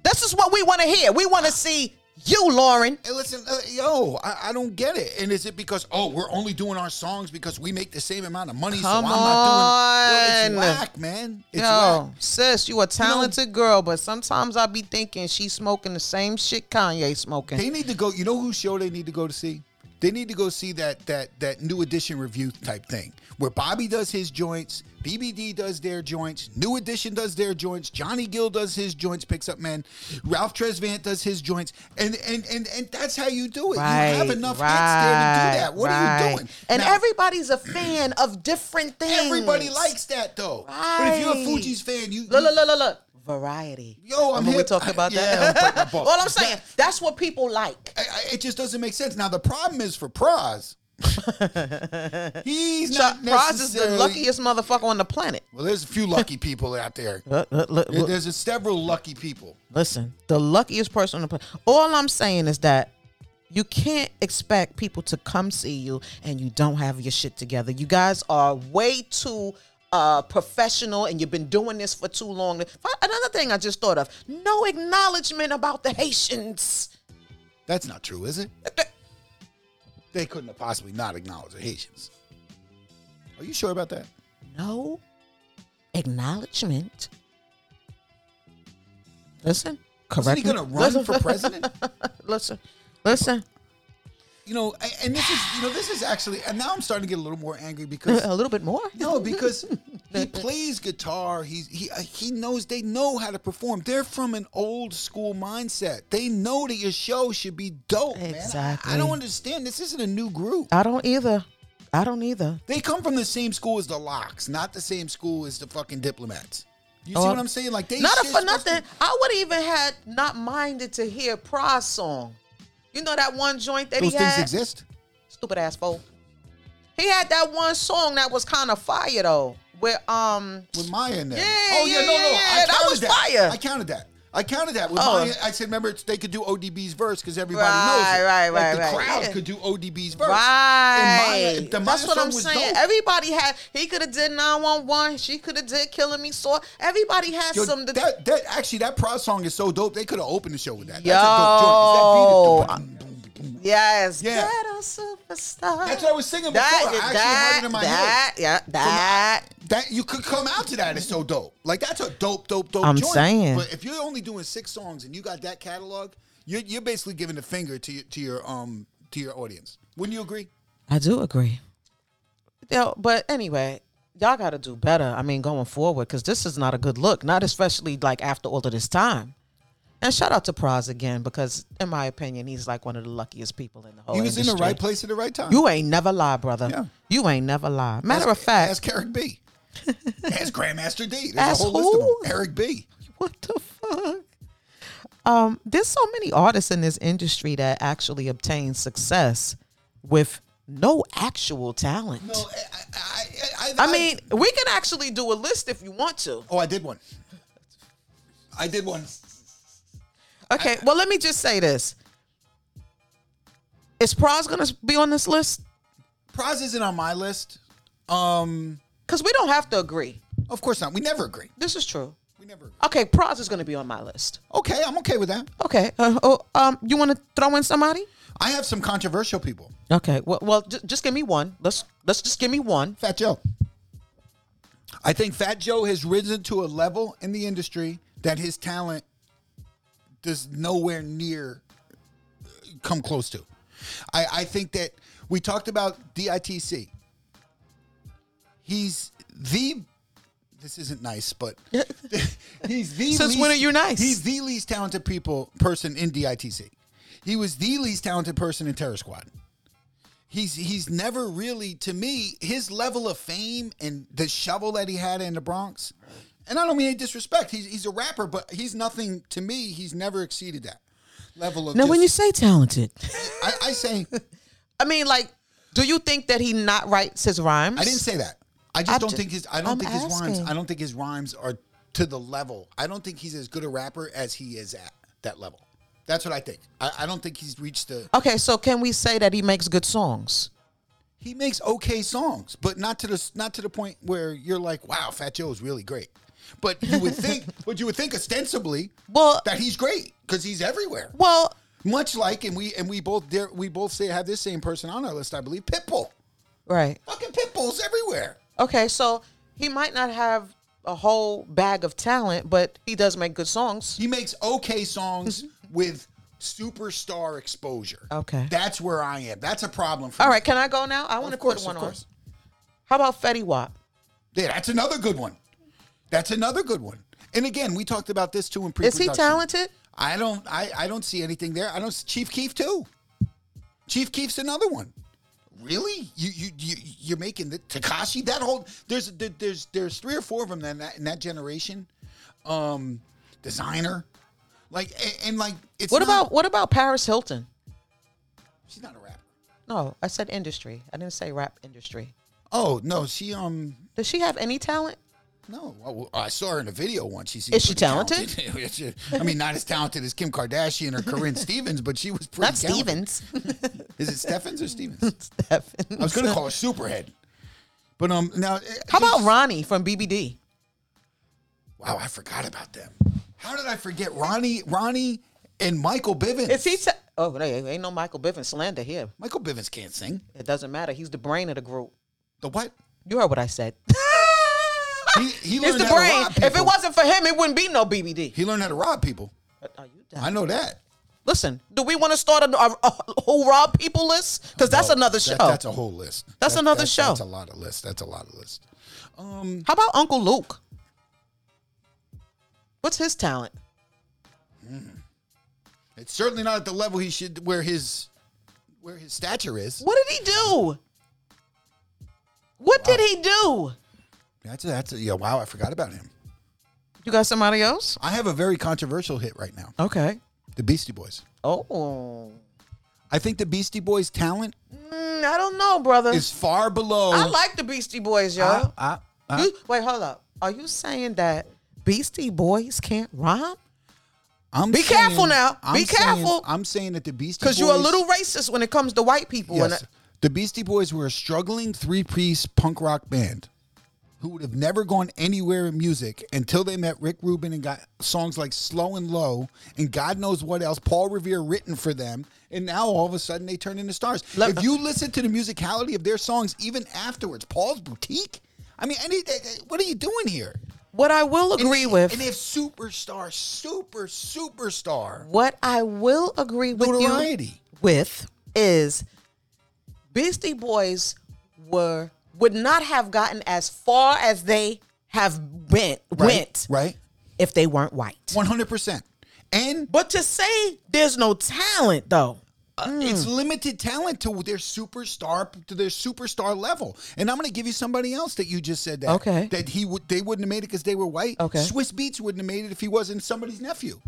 S1: This is what we want to hear. We want to see you, Lauren.
S2: Hey, listen, uh, yo, I, I don't get it. And is it because oh, we're only doing our songs because we make the same amount of money,
S1: Come
S2: so I'm not doing. Yo,
S1: on.
S2: it's whack, man. It's
S1: Yo,
S2: whack.
S1: sis, you a talented girl, but sometimes I be thinking she's smoking the same shit Kanye smoking.
S2: They need to go. You know whose show they need to go to see? They need to go see that that that new edition review type thing where Bobby does his joints, BBD does their joints, New Edition does their joints, Johnny Gill does his joints, picks up man, Ralph Tresvant does his joints, and and and and that's how you do it. you have enough hits there to do that. What are
S1: right.
S2: you doing?
S1: And
S2: Now-
S1: everybody's a fan of different things.
S2: Everybody likes that though. But if you're a
S1: Right.
S2: Fuji's fan, you,
S1: Look, look, look, look, look. Variety.
S2: Yo, I'm
S1: Remember we
S2: hip.
S1: talking about
S2: Yeah, I'm breaking my
S1: that.
S2: balls.
S1: All I'm saying, that's what people like.
S2: I- I- it just doesn't make sense. Now the problem is for Praz. He's not
S1: Roz is the
S2: necessarily-
S1: luckiest motherfucker on the planet.
S2: Well, there's a few lucky people out there.
S1: Uh,
S2: There- There's a several lucky people.
S1: Listen, the luckiest person on the planet. All I'm saying is that you can't expect people to come see you and you don't have your shit together. You guys are way too uh, professional and you've been doing this for too long. Fi- Another thing I just thought of no acknowledgement about the Haitians.
S2: That's not true, is it? They couldn't have possibly not acknowledged the Haitians. Are you sure about that?
S1: No acknowledgement. Listen, correct.
S2: Isn't he
S1: me-
S2: going to run
S1: listen-
S2: for president?
S1: Listen, listen,
S2: You know, a- and this is you know this is actually and now I'm starting to get a little more angry because
S1: a little bit more.
S2: No, because he plays guitar. He's he uh, he knows they know how to perform. They're from an old school mindset. They know that your show should be dope, man. I- I,
S1: Exactly.
S2: don't understand. This isn't a new group.
S1: I don't either. I don't either.
S2: They come from the same school as the Locks, not the same school as the fucking Diplomats. You see
S1: Oh,
S2: what I'm saying? Like they
S1: Not
S2: shit's
S1: for
S2: supposed to-
S1: nothing. I would even had not minded to hear Prize song. You know that one joint that
S2: Those
S1: he
S2: things
S1: had.
S2: exist.
S1: Stupid ass fool. He had that one song that was kind of fire though. Where um
S2: with Maya in there.
S1: Yeah,
S2: oh yeah,
S1: yeah,
S2: no, no,
S1: yeah,
S2: I
S1: yeah,
S2: counted
S1: that was
S2: that
S1: fire.
S2: I counted that. I counted that. With
S1: Oh.
S2: my, I said, remember, it's, they could do ODB's verse because everybody knows
S1: Right,
S2: it.
S1: right,
S2: Like,
S1: right,
S2: the
S1: right.
S2: crowd
S1: Yeah.
S2: could do ODB's verse.
S1: Right.
S2: And Maya- the
S1: That's
S2: Maya
S1: what
S2: song
S1: I'm
S2: was
S1: saying.
S2: dope.
S1: Everybody had. He could have did 911. She could have did Killing Me Sore. Everybody had
S2: Yo,
S1: some. To,
S2: that, that actually, that prod song is so dope. They could have opened the show with that.
S1: Yo.
S2: That's a dope joint. 'Cause that beat is doom, boom, boom, boom.
S1: yes.
S2: Yeah.
S1: That a superstar.
S2: That's what I was singing before.
S1: That,
S2: I actually
S1: that,
S2: had it in my head.
S1: that, yeah, that.
S2: That you could come out to that. It's so dope. Like that's a dope, dope, dope.
S1: I'm
S2: joint.
S1: saying.
S2: But if you're only doing six songs and you got that catalog, you're, you're basically giving the finger to your, to your um to your audience. Wouldn't you agree?
S1: I do agree. Yo, but anyway, y'all got to do better. I mean, going forward, because this is not a good look. Not especially like after all of this time. And shout out to Praz again, because in my opinion, he's like one of the luckiest people in the whole.
S2: he was in the
S1: Oh, industry.
S2: right place at the right time.
S1: You ain't never lie, brother.
S2: Yeah.
S1: You ain't never lie. Matter
S2: Ask-
S1: of fact,
S2: ask Eric B. ask Grandmaster D. There's
S1: Ask
S2: a whole list
S1: who?
S2: of them. Eric B.
S1: what the fuck? Um, there's so many artists in this industry that actually obtain success with no actual talent.
S2: No, I, I, I,
S1: I mean, we can actually do a list if you want to.
S2: oh, I did one. I did one.
S1: Okay, well, let me just say this. Is Praz going to be on this list?
S2: Prize isn't on my list. Um,
S1: Because we don't have to agree.
S2: of course not. We never agree.
S1: This is true.
S2: We never agree.
S1: Okay, Praz is going to be on my list.
S2: Okay, I'm okay with that.
S1: Okay. Uh, oh, um, you want to throw in somebody?
S2: I have some controversial people.
S1: Okay. Well, well, ju- just give me one. Let's let's just give me one.
S2: Fat Joe. I think Fat Joe has risen to a level in the industry that his talent does nowhere near uh, come close to. I, I think that we talked about DITC. He's the this isn't nice, but he's the
S1: Since
S2: least,
S1: when are you nice?
S2: He's the least talented people person in DITC. He was the least talented person in Terror Squad he's he's never really to me his level of fame and the shovel that he had in the Bronx. And I don't mean any disrespect. He's he's a rapper, but he's nothing to me. He's never exceeded that level of.
S1: Now, when you
S2: just-
S1: say talented,
S2: I, I say
S1: I mean, like, do you think that he not writes his rhymes?
S2: I didn't say that. I just
S1: I'm
S2: don't
S1: ju-
S2: think his I don't
S1: I'm
S2: think his rhymes
S1: asking.
S2: I don't think his rhymes are to the level. I don't think he's as good a rapper as he is at that level. That's what I think. I, I don't think he's reached the.
S1: Okay, so can we say that he makes good songs?
S2: he makes okay songs, but not to the not to the point where you're like, wow, Fat Joe is really great. But you would think, but you would think ostensibly
S1: Well,
S2: that he's great because he's everywhere.
S1: well,
S2: Much like, and we and we both dare, we both say have this same person on our list, I believe, Pitbull.
S1: right.
S2: Fucking Pitbull's everywhere.
S1: Okay, so he might not have a whole bag of talent, but he does make good songs.
S2: He makes okay songs with superstar exposure.
S1: Mm-hmm. Okay.
S2: that's where I am. That's a problem. For
S1: All
S2: me.
S1: right, can I go now? I want to
S2: of course,
S1: put one
S2: of
S1: on.
S2: course.
S1: How about Fetty Wap?
S2: Yeah, that's another good one. That's another good one. And again, we talked about this too in
S1: Is
S2: pre-production.
S1: he talented?
S2: I don't I, I don't see anything there. I don't s- Chief Keef too. Chief Keef's another one. Really? You you you you're making the Takashi that whole there's there- there's there's three or four of them in that in that generation. Um designer. Like and, and like it's
S1: What
S2: not-
S1: about what about Paris Hilton?
S2: she's not a rapper.
S1: No, I said industry. I didn't say rap industry.
S2: Oh, no, she um
S1: Does she have any talent?
S2: no, Oh, Well, I saw her in a video once. She seemed
S1: Is she
S2: pretty I mean, not as talented as Kim Kardashian or Corinne Stevens, but she was pretty.
S1: Not
S2: talented.
S1: Stevens.
S2: Is it Steffens or Stevens?
S1: Stevens.
S2: I was gonna call her Superhead, but um, now
S1: How about Ronnie from BBD?
S2: Wow, I forgot about them. How did I forget Ronnie, Ronnie, and Michael Bivins?
S1: Is he? ta- oh, no, ain't no Michael Biffin slander here.
S2: Michael Bivins can't sing.
S1: It doesn't matter. He's the brain of the group.
S2: The what?
S1: You heard what I said.
S2: He, he
S1: He's
S2: learned
S1: the
S2: how to
S1: brain.
S2: rob people.
S1: If it wasn't for him, it wouldn't be no BBD.
S2: he learned how to rob people.
S1: But Are you
S2: I
S1: done?
S2: know that.
S1: Listen, do we want to start a, a, a whole rob people list? Because that's
S2: No,
S1: another
S2: Oh, that-
S1: show.
S2: that's a whole list.
S1: That's another show.
S2: That's a lot of lists. That's a lot of lists. Um,
S1: How about Uncle Luke? What's his talent?
S2: it's certainly not at the level he should, where his, where his stature is.
S1: What did he do? What did he do?
S2: That's a, that's a, yeah. Wow, I forgot about him.
S1: You got somebody else?
S2: I have a very controversial hit right now.
S1: Okay.
S2: The Beastie Boys.
S1: Oh.
S2: I think the Beastie Boys' talent
S1: Mm, I don't know, brother.
S2: is far below.
S1: I like the Beastie Boys, yo.
S2: I- I- I-
S1: You- wait, hold up. Are you saying that Beastie Boys can't rhyme?
S2: I'm
S1: Be
S2: saying-
S1: careful now.
S2: I'm
S1: Be
S2: saying-
S1: careful.
S2: I'm saying that the Beastie
S1: Because you're a
S2: Boys-
S1: little racist when it comes to white people. and
S2: Yes. the Beastie Boys were a struggling three piece punk rock band who would have never gone anywhere in music until they met Rick Rubin and got songs like Slow and Low and God knows what else, Paul Revere written for them. And now all of a sudden they turn into stars.
S1: Let-
S2: if you listen to the musicality of their songs even afterwards, Paul's Boutique, I mean, any, eh, what are you doing here?
S1: what I will agree with,
S2: And they have superstar, super, superstar
S1: what I will agree with you
S2: notoriety.
S1: with is Beastie Boys were would not have gotten as far as they have went went
S2: Right?
S1: if they weren't white.
S2: 100%. And
S1: But to say there's no talent though, Hmm.
S2: It's limited talent to their superstar to their superstar level. And I'm going to give you somebody else that you just said that.
S1: Okay.
S2: That he would they wouldn't have made it because they were white.
S1: Okay.
S2: Swiss Beats wouldn't have made it if he wasn't somebody's nephew.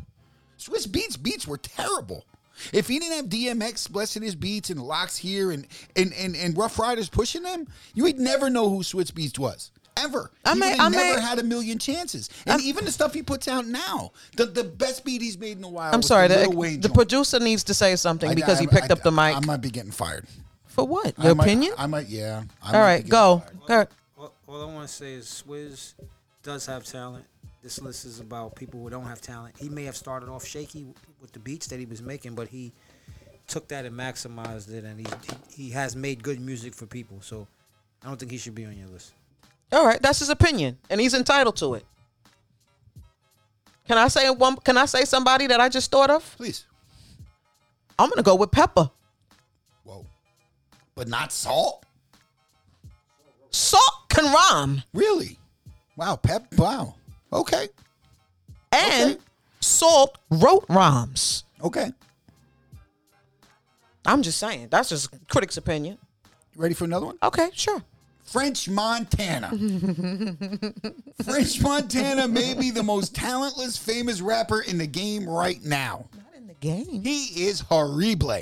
S2: Swiss Beats beats were terrible. If he didn't have DMX blessing his beats and locks here and and and, and Rough Riders pushing them, you would never know who Swiss Beats was. Ever.
S1: I
S2: He
S1: may-
S2: would've
S1: I may-
S2: never had a million chances. And even the stuff he puts out now, the, the best beat he's made in a while.
S1: I'm
S2: was
S1: sorry.
S2: The,
S1: The,
S2: Lil Wayne
S1: the
S2: joint.
S1: producer needs to say something
S2: I-
S1: because
S2: I-
S1: he picked
S2: I-
S1: up the mic.
S2: I might be getting fired.
S1: For what? Your
S2: I might-
S1: opinion?
S2: I might, yeah. I might
S1: All
S2: be
S1: right,
S2: getting
S1: go.
S2: fired.
S1: All right.
S3: All, all I want to say is Swizz does have talent. This list is about people who don't have talent. He may have started off shaky with the beats that he was making, but he took that and maximized it, and he he, he has made good music for people. So I don't think he should be on your list.
S1: All right, that's his opinion, and he's entitled to it. Can I say one? Can I say somebody that I just thought of?
S2: Please.
S1: I'm gonna go with Pepper.
S2: Whoa. But not salt?
S1: Salt can rhyme,
S2: Really? Wow, Pep. Wow. Okay.
S1: and
S2: Okay.
S1: Salt wrote rhymes.
S2: Okay.
S1: I'm just saying that's just critics' opinion.
S2: You ready for another one?
S1: Okay, sure.
S2: French Montana. French Montana may be the most talentless, famous rapper in the game right now.
S1: Not in the game.
S2: He is horrible.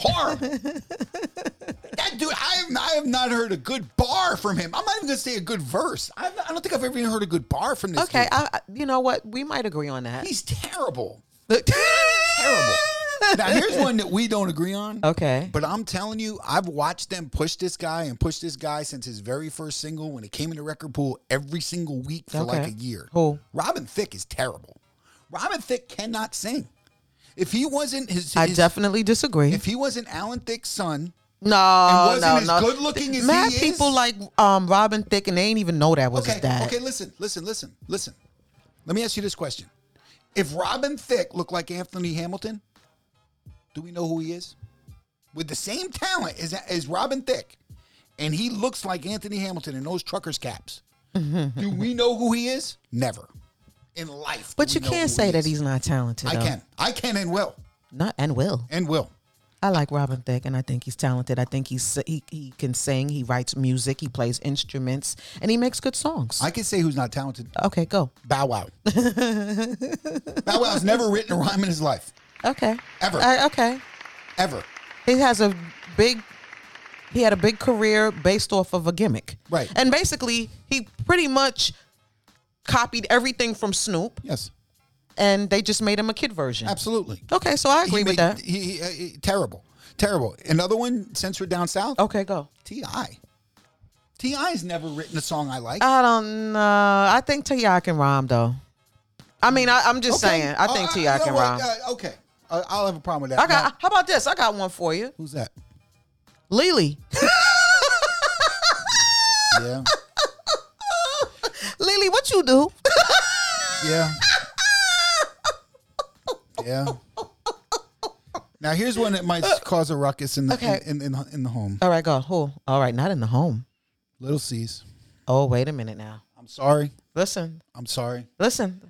S2: Horrible. that dude, I have, I have not heard a good bar from him. I'm not even going to say a good verse. I, I don't think I've ever even heard a good bar from this
S1: Okay,
S2: dude.
S1: I, I- you know what? We might agree on that.
S2: He's terrible.
S1: terrible.
S2: Now, here's one that we don't agree on.
S1: Okay.
S2: But I'm telling you, I've watched them push this guy and push this guy since his very first single when it came in the record pool every single week for like
S1: Okay.
S2: a year.
S1: Who?
S2: Robin Thicke is terrible. Robin Thicke cannot sing. If he wasn't his,
S1: I
S2: his-
S1: definitely disagree.
S2: if he wasn't Alan Thicke's son,
S1: No,
S2: wasn't
S1: no,
S2: as
S1: no.
S2: good-looking as
S1: Mad
S2: he is?
S1: people like um, Robin Thicke, and they ain't even know that was
S2: Okay.
S1: his dad.
S2: Okay. Listen. Listen. Listen. Listen. Let me ask you this question: If Robin Thicke looked like Anthony Hamilton, do we know who he is? With the same talent as as Robin Thicke, and he looks like Anthony Hamilton in those truckers caps.
S1: Mm-hmm.
S2: do we know who he is? Never. In life. do
S1: But
S2: we
S1: you
S2: know who
S1: can't say
S2: he
S1: that
S2: is.
S1: he's not talented.
S2: I
S1: though.
S2: can. I can and will.
S1: Not and will.
S2: And will.
S1: I like Robin Thicke, and I think he's talented. I think he's he, he can sing. He writes music. He plays instruments, and he makes good songs.
S2: I can say who's not talented.
S1: okay, go.
S2: Bow Wow. Bow Wow's never written a rhyme in his life,
S1: Okay.
S2: Ever.
S1: I- okay.
S2: ever.
S1: He has a big. He had a big career based off of a gimmick.
S2: Right.
S1: And basically, he pretty much copied everything from Snoop,
S2: Yes,
S1: and they just made him a kid version.
S2: absolutely.
S1: Okay, so I agree
S2: he
S1: with
S2: made-
S1: that.
S2: He, he, uh, he- terrible, terrible. Another one. Since we're down south,
S1: Okay, go.
S2: Ti. Ti has never written a song I like.
S1: I don't know. I think T.I. can rhyme though. I mean, I, I'm just saying. I
S2: Oh, Uh,
S1: think T.I. can rhyme.
S2: rock. okay, I, I'll have a problem with that.
S1: I got.
S2: Now,
S1: How about this? I got one for you,
S2: who's that?
S1: Lily.
S2: Yeah,
S1: Lily, what you do?
S2: yeah, yeah. Now here's one that might cause a ruckus in the
S1: Okay.
S2: in, in, in in the home.
S1: All right, go. Who? All right, not in the home.
S2: Little C's.
S1: Oh, wait a minute now.
S2: I'm sorry.
S1: Listen,
S2: I'm sorry.
S1: listen.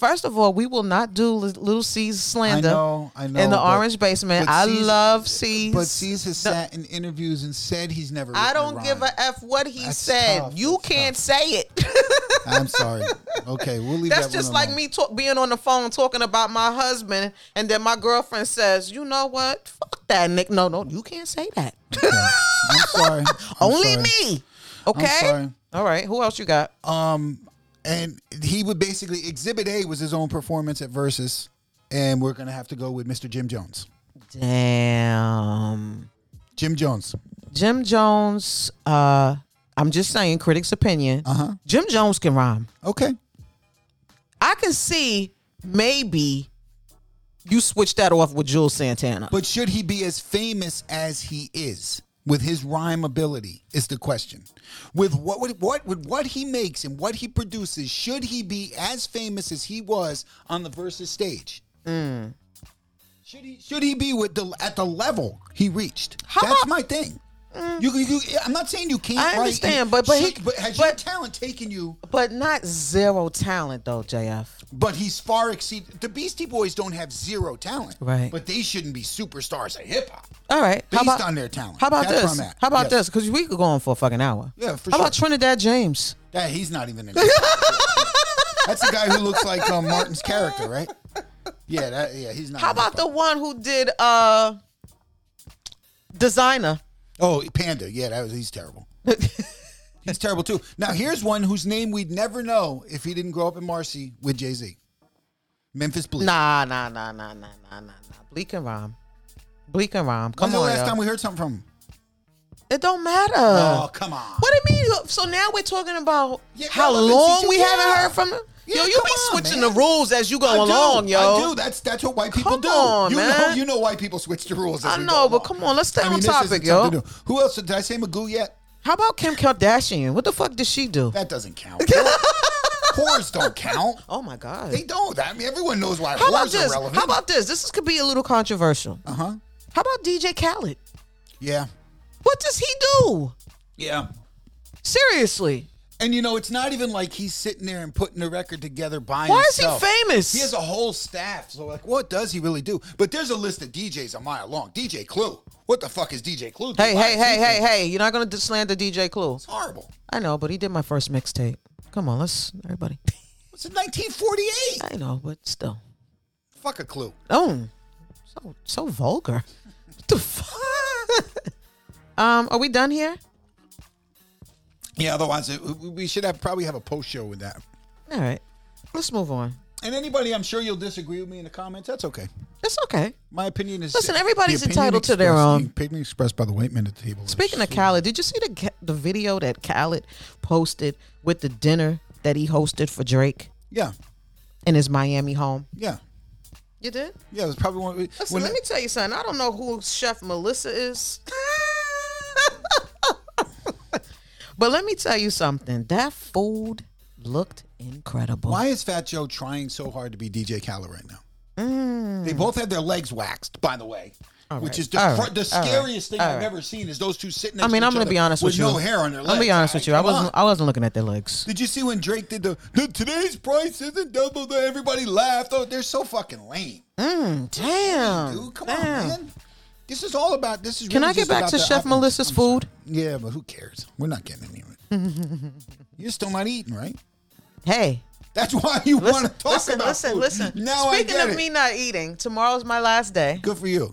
S1: First of all, we will not do Li- Little C's slander
S2: I know. I know.
S1: in the
S2: but-
S1: Orange Basement.
S2: but
S1: I
S2: C's-
S1: love C's.
S2: But C's has sat in interviews and said he's never.
S1: I
S2: written
S1: don't give
S2: rhyme.
S1: a f what he
S2: That's
S1: said.
S2: tough.
S1: You
S2: That's
S1: can't say it.
S2: I'm sorry. Okay, we'll leave
S1: That's
S2: that
S1: just
S2: one
S1: like
S2: alone.
S1: me talk, being on the phone talking about my husband, and then my girlfriend says, "You know what? Fuck that, Nick. No, no, you can't say that.
S2: Okay. I'm sorry. I'm
S1: Only
S2: sorry.
S1: me. Okay.
S2: sorry.
S1: All right. Who else you got? Oh,
S2: Um, and he would basically Exhibit A was his own performance at Versus. and we're gonna have to go with Mr. Jim Jones.
S1: Damn.
S2: Jim Jones.
S1: Jim Jones, uh, I'm just saying, critics' opinion.
S2: Uh huh.
S1: Jim Jones can rhyme.
S2: Okay.
S1: I can see maybe you switch that off with Jules Santana.
S2: But should he be as famous as he is with his rhyme ability? Is the question. With what would what with what he makes and what he produces, should he be as famous as he was on the versus stage?
S1: Mm.
S2: Should he should he be with the at the level he reached?
S1: How
S2: That's
S1: about- Mm.
S2: my thing. You, you, you- I'm not saying you can't.
S1: I
S2: write.
S1: understand, but- but he-
S2: Should- but has your
S1: but-
S2: talent taken you?
S1: but not zero talent though, JF.
S2: But he's far exceed. The Beastie Boys don't have zero talent,
S1: Right.
S2: But they shouldn't be superstars of hip hop.
S1: All right.
S2: Based on their talent.
S1: How about
S2: That's where
S1: this?
S2: I'm at.
S1: How about
S2: Yes.
S1: this? Because we could go on for a fucking hour.
S2: Yeah, for
S1: How about
S2: sure.
S1: Trinidad James?
S2: That he's not even in. That's the guy who looks like um, Martin's character, right? Yeah, that, yeah, he's not.
S1: How
S2: in that
S1: about the
S2: fuck-
S1: one who did uh designer?
S2: Oh, Panda. Yeah, that was he's terrible. he's terrible too. Now here's one whose name we'd never know if he didn't grow up in Marcy with Jay Z. Memphis Bleak.
S1: Nah, nah, nah, nah, nah, nah, nah, nah. Bleak and rhyme. Bleak and rhyme. Come
S2: When's the
S1: on.
S2: last
S1: yo.
S2: time we heard something from him?
S1: it don't matter.
S2: oh, come on.
S1: What do you mean? So now we're talking about
S2: Yeah,
S1: how
S2: relevancy,
S1: long we
S2: yeah.
S1: haven't heard from them.
S2: Yeah,
S1: yo, you be
S2: come on,
S1: switching
S2: man.
S1: the rules as you go
S2: I do.
S1: along, yo.
S2: I do. That's that's what white people
S1: Come
S2: do.
S1: on,
S2: you know,
S1: man.
S2: you know, white people switch the rules. As
S1: I
S2: we go
S1: know, but
S2: along.
S1: come on, let's stay
S2: I
S1: on
S2: mean, this
S1: topic,
S2: isn't
S1: yo.
S2: something new. Who else did I say Magoo yet?
S1: How about Kim Kardashian? What the fuck did she do?
S2: That doesn't count. Whores don't count.
S1: Oh my god.
S2: They don't. I mean, everyone knows why
S1: How
S2: whores
S1: about
S2: are
S1: this?
S2: relevant.
S1: How about this? This is, could be a little controversial.
S2: Uh huh.
S1: How about DJ Khaled?
S2: Yeah.
S1: What does he do?
S2: Yeah.
S1: Seriously.
S2: And you know, it's not even like he's sitting there and putting the record together by
S1: Why is he
S2: himself.
S1: famous?
S2: He has a whole staff. So, like, what does he really do? But there's a list of DJs a mile long. DJ Clue. What the fuck is DJ Clue? do?
S1: Hey,
S2: Why
S1: hey,
S2: is he
S1: hey, hey,
S2: famous?
S1: hey. You're not going to slander DJ Clue.
S2: It's horrible.
S1: I know, but he did my first mixtape. Come on, let's, everybody.
S2: It's 1948.
S1: I know, but still.
S2: Fuck a Clue.
S1: Oh, so, so vulgar. What the fuck? um, are we done here?
S2: Yeah. Otherwise, it, we should have probably have a post show with that.
S1: All right. Let's move on.
S2: And anybody, I'm sure you'll disagree with me in the comments. That's okay.
S1: It's okay.
S2: My opinion is.
S1: Listen,
S2: the
S1: everybody's
S2: opinion
S1: entitled to their
S2: expressed-
S1: own.
S2: the Opinion expressed by the white men at the table. is
S1: Speaking of
S2: so-
S1: Khaled, did you see the ca- the video that Khaled posted with the dinner that he hosted for Drake
S2: Yeah,
S1: in his Miami home?
S2: yeah,
S1: You did?
S2: yeah. It was probably one.
S1: Listen,
S2: when
S1: let
S2: I-
S1: me tell you something. I don't know who Chef Melissa is. but let me tell you something. That food looked incredible.
S2: why is Fat Joe trying so hard to be DJ Khaled right now? They both had their legs waxed, by the way. Which
S1: right,
S2: is the,
S1: Mm. all
S2: fr-
S1: right,
S2: the
S1: all right,
S2: scariest thing
S1: all
S2: I've
S1: right.
S2: ever seen is those two sitting.
S1: I
S2: Next
S1: mean,
S2: to
S1: I'm
S2: each
S1: gonna
S2: other
S1: be honest with,
S2: with
S1: you.
S2: no hair on their legs.
S1: I'm gonna be honest
S2: All right,
S1: with you. I
S2: come
S1: wasn't.
S2: on.
S1: I wasn't looking at their legs.
S2: Did you see when Drake did the, the today's price isn't double? The, everybody laughed. Oh, they're so fucking lame.
S1: Damn.
S2: Dude, come on,
S1: damn.
S2: man. This is all about this. Is
S1: Mm. Can
S2: really
S1: I get
S2: just
S1: back
S2: about
S1: to
S2: the
S1: Chef
S2: optics.
S1: Melissa's
S2: I'm sorry.
S1: food?
S2: Yeah, but who cares? We're not getting any of it. You're still not eating, right?
S1: Hey,
S2: That's why you want
S1: listen,
S2: to talk
S1: listen,
S2: about
S1: listen,
S2: food.
S1: listen.
S2: Now I
S1: Speaking
S2: get
S1: of
S2: it.
S1: me not eating, tomorrow's my last day.
S2: Good for you.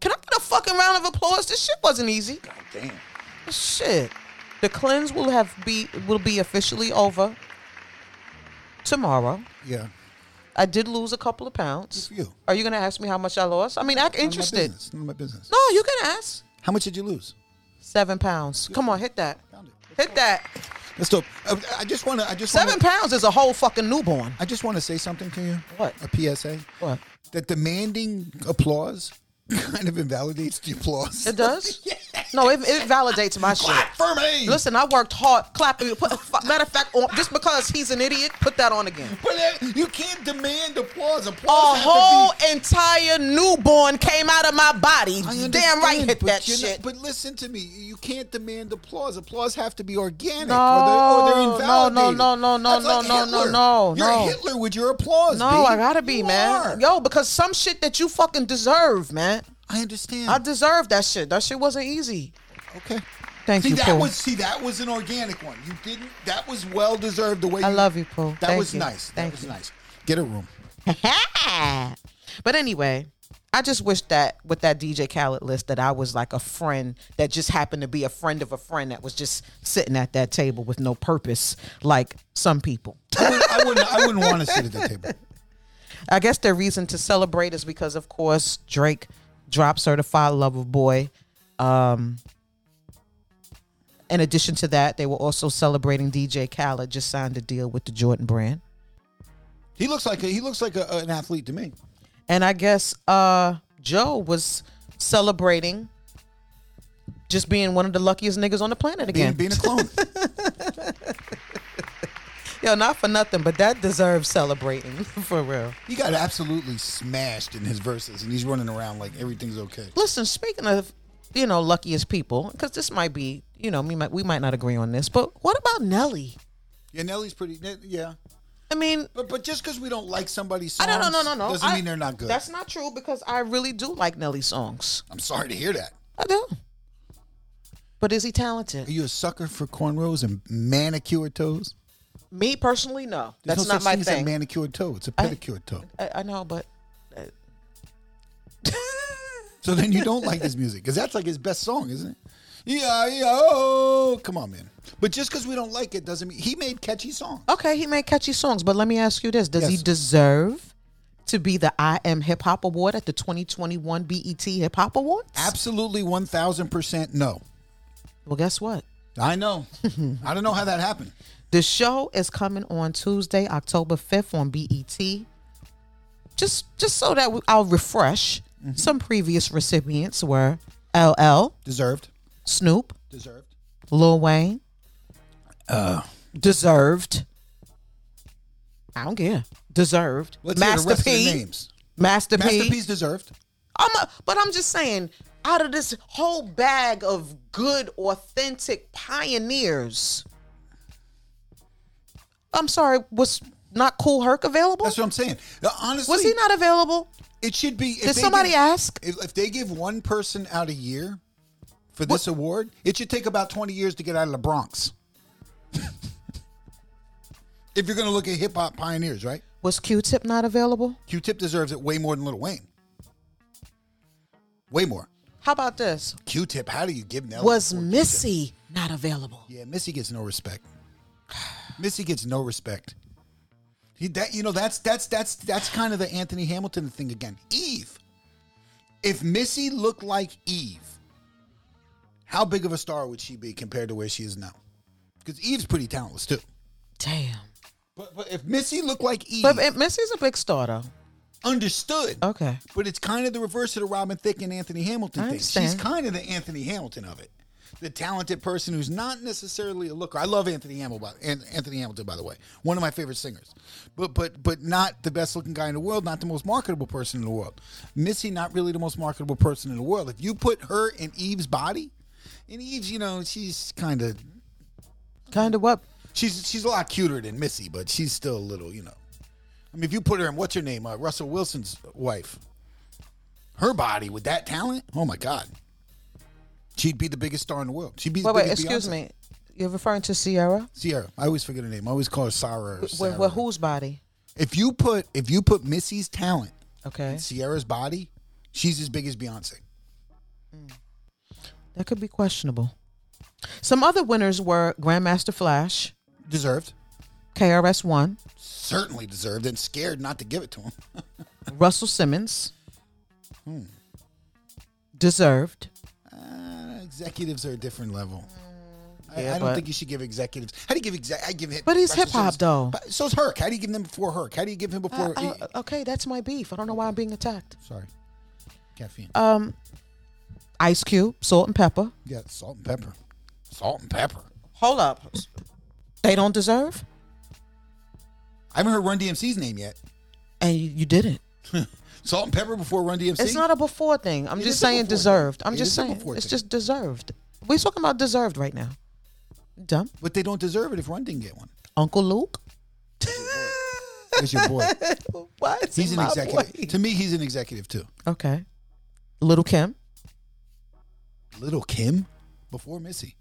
S1: Can I get a fucking round of applause? This shit wasn't easy.
S2: God damn.
S1: Shit. The cleanse will have be will be officially over tomorrow.
S2: Yeah.
S1: I did lose a couple of
S2: Good
S1: pounds.
S2: for you.
S1: Are you gonna ask me how much I lost? I mean, I'm
S2: None of my
S1: interested.
S2: business. None of my business.
S1: No, you can ask.
S2: How much did you lose?
S1: Seven pounds. Come on, hit that.
S2: Found it.
S1: Hit that.
S2: That's dope. Uh, I just want to. I just
S1: Seven
S2: Wanna,
S1: pounds is a whole fucking newborn.
S2: I just want to say something to you.
S1: What?
S2: A PSA.
S1: What?
S2: That demanding applause kind of invalidates the applause.
S1: It does? No, it, it validates my shit.
S2: Clap for me.
S1: Listen, I worked hard. Clap. it. Put, matter of fact, on, just because he's an idiot, put that on again.
S2: But that, you can't demand applause.
S1: A
S2: Applause has
S1: whole
S2: to be.
S1: entire newborn came out of my body.
S2: I understand,
S1: Damn right, hit
S2: but
S1: that
S2: you're not-
S1: shit.
S2: but listen to me. You can't demand applause. Applause have to be organic.
S1: No,
S2: or they're, or
S1: no,
S2: they're invalidated.
S1: no, no, no,
S2: That's
S1: no,
S2: like
S1: no, no,
S2: Hitler.
S1: no,
S2: You're
S1: no.
S2: Hitler with your applause.
S1: no,
S2: B.
S1: I gotta be,
S2: You
S1: man.
S2: are.
S1: Yo, because some shit that you fucking deserve, man.
S2: I understand.
S1: I deserve that shit. That shit wasn't easy.
S2: okay.
S1: Thank
S2: See
S1: you,
S2: that
S1: Pooh.
S2: was see that was an organic one. You didn't. That was well deserved. The way
S1: I love you, Pooh.
S2: That
S1: Thank
S2: was
S1: you.
S2: nice.
S1: Thank
S2: that was
S1: you.
S2: nice. Get a room.
S1: but anyway, I just wish that with that DJ Khaled list that I was like a friend that just happened to be a friend of a friend that was just sitting at that table with no purpose, like some people.
S2: I wouldn't. I wouldn't, I wouldn't want to sit at the table.
S1: I guess their reason to celebrate is because, of course, Drake dropped Certified Lover Boy. Um, in addition to that, they were also celebrating DJ Khaled just signed a deal with the Jordan brand.
S2: He looks like a, he looks like a, an athlete to me.
S1: And I guess uh, Joe was celebrating just being one of the luckiest niggas on the planet
S2: Being,
S1: again.
S2: being a clone.
S1: Yo, not for nothing, but that deserves celebrating for real.
S2: he got absolutely smashed in his verses, and he's running around like everything's okay.
S1: Listen, speaking of, you know, luckiest people, because this might be, you know, we might we might not agree on this, but what about Nelly?
S2: Yeah, Nelly's pretty. Yeah,
S1: I mean,
S2: but but just because we don't like somebody's
S1: I
S2: songs,
S1: don't know, no, no, no.
S2: doesn't
S1: I-
S2: mean they're not good.
S1: That's not true because I really do like Nelly songs.
S2: I'm sorry to hear that.
S1: I do. But is he
S2: Are
S1: talented?
S2: you a sucker for cornrows and manicured toes?
S1: Me personally, no.
S2: There's
S1: That's
S2: no
S1: not
S2: such
S1: my
S2: thing as a
S1: thing.
S2: manicured toe. It's a pedicured toe.
S1: I, I know, but uh,
S2: So then you don't like his music because that's like his best song, isn't it? Yeah, yeah. Oh, come on, man. But just because we don't like it doesn't mean he made catchy songs.
S1: okay, he made catchy songs, but let me ask you this: Does he
S2: Yes.
S1: deserve to be the I Am Hip Hop Award at the 2021 BET E Hip Hop Awards?
S2: Absolutely, one thousand percent no.
S1: Well, guess what?
S2: I know. I don't know how that happened.
S1: The show is coming on Tuesday, October 5th on BET. Just just so that we- I'll refresh. Some previous recipients were LL,
S2: Deserved.
S1: Snoop,
S2: Deserved.
S1: Lil Wayne.
S2: Uh,
S1: Deserved. I don't care. Deserved.
S2: Let's hear the
S1: Master
S2: rest of the
S1: P.
S2: names.
S1: Master P.
S2: Masterpiece deserved.
S1: I'm a, but I'm just saying, out of this whole bag of good, authentic pioneers, I'm sorry, was not Cool Herc available?
S2: That's what I'm saying. Now, Honestly,
S1: was he not available?
S2: It should be. if
S1: Did
S2: they
S1: somebody
S2: give-
S1: ask?
S2: If, if they give one person out a year for this award, it should take about 20 years to get out of the Bronx. if you're going to look at hip hop pioneers, right?
S1: Was Q-Tip not available?
S2: Q Tip deserves it way more than Lil Wayne. Way more.
S1: How about this?
S2: Q Tip, how do you give Nelly?
S1: Was
S2: more Q-Tip?
S1: Missy not available?
S2: Yeah, Missy gets no respect. Missy gets no respect. He, that you know that's that's that's that's kind of the Anthony Hamilton thing again. Eve. If Missy looked like Eve, how big of a star would she be compared to where she is now? Because Eve's pretty talentless too.
S1: Damn.
S2: But but if Missy looked like Eve,
S1: But uh, Missy's a big star, though.
S2: understood.
S1: Okay.
S2: But it's kind of the reverse of the Robin Thicke and Anthony Hamilton
S1: I
S2: thing. She's
S1: understand.
S2: kind of the Anthony Hamilton of it. The talented person who's not necessarily a looker. I love Anthony Hamilton, Anthony Hamilton, by the way, one of my favorite singers, but but but not the best looking guy in the world, not the most marketable person in the world. Missy, not really the most marketable person in the world. If you put her in Eve's body, and Eve's, you know, she's kind of
S1: Kind of what?
S2: she's she's a lot cuter than Missy, but she's still a little, you know. I mean, if you put her in what's her name, uh, Russell Wilson's wife, her body with that talent, oh my god, she'd be the biggest star in the world. She'd be.
S1: Wait,
S2: the
S1: wait,
S2: biggest
S1: excuse
S2: Beyonce.
S1: me. You're referring to Sierra?
S2: Sierra. I always forget her name. I always call her Sarah. Or
S1: Well,
S2: Sarah.
S1: well, whose body?
S2: If you put if you put Missy's talent
S1: Okay.
S2: in Sierra's body, she's as big as Beyonce.
S1: That could be questionable. Some other winners were Grandmaster Flash,
S2: Deserved,
S1: KRS1,
S2: certainly deserved, and scared not to give it to him.
S1: Russell Simmons. Hmm. Deserved.
S2: Uh, executives are a different level. I-
S1: yeah,
S2: I, don't
S1: but-
S2: think you should give executives. How do you give exec? I give him.
S1: But he's
S2: Russell
S1: hip-hop,
S2: Simmons-
S1: though. Uh,
S2: But So's Herc. How do you give them before Herc? How do you give him before? E
S1: I- I- Oh, okay, that's my beef. I don't know why I'm being attacked.
S2: sorry, caffeine.
S1: Um, Ice Cube, Salt and Pepper.
S2: yeah, salt and pepper. Salt and pepper.
S1: Hold up. They don't deserve,
S2: I haven't heard Run DMC's name yet.
S1: and you, you didn't.
S2: Salt and pepper before Run DMC.
S1: It's not a before thing. I'm
S2: It
S1: just
S2: is a
S1: saying
S2: before
S1: deserved.
S2: thing.
S1: I'm
S2: It
S1: just
S2: is a
S1: saying
S2: before
S1: it's
S2: thing.
S1: just deserved. We're talking about deserved right now. Dumb
S2: but they don't deserve it if Run didn't get one.
S1: Uncle Luke.
S2: That's your boy.
S1: Why is he
S2: He's an
S1: my
S2: executive.
S1: boy?
S2: To me, he's an executive too.
S1: Okay. Little Kim.
S2: Little Kim before Missy.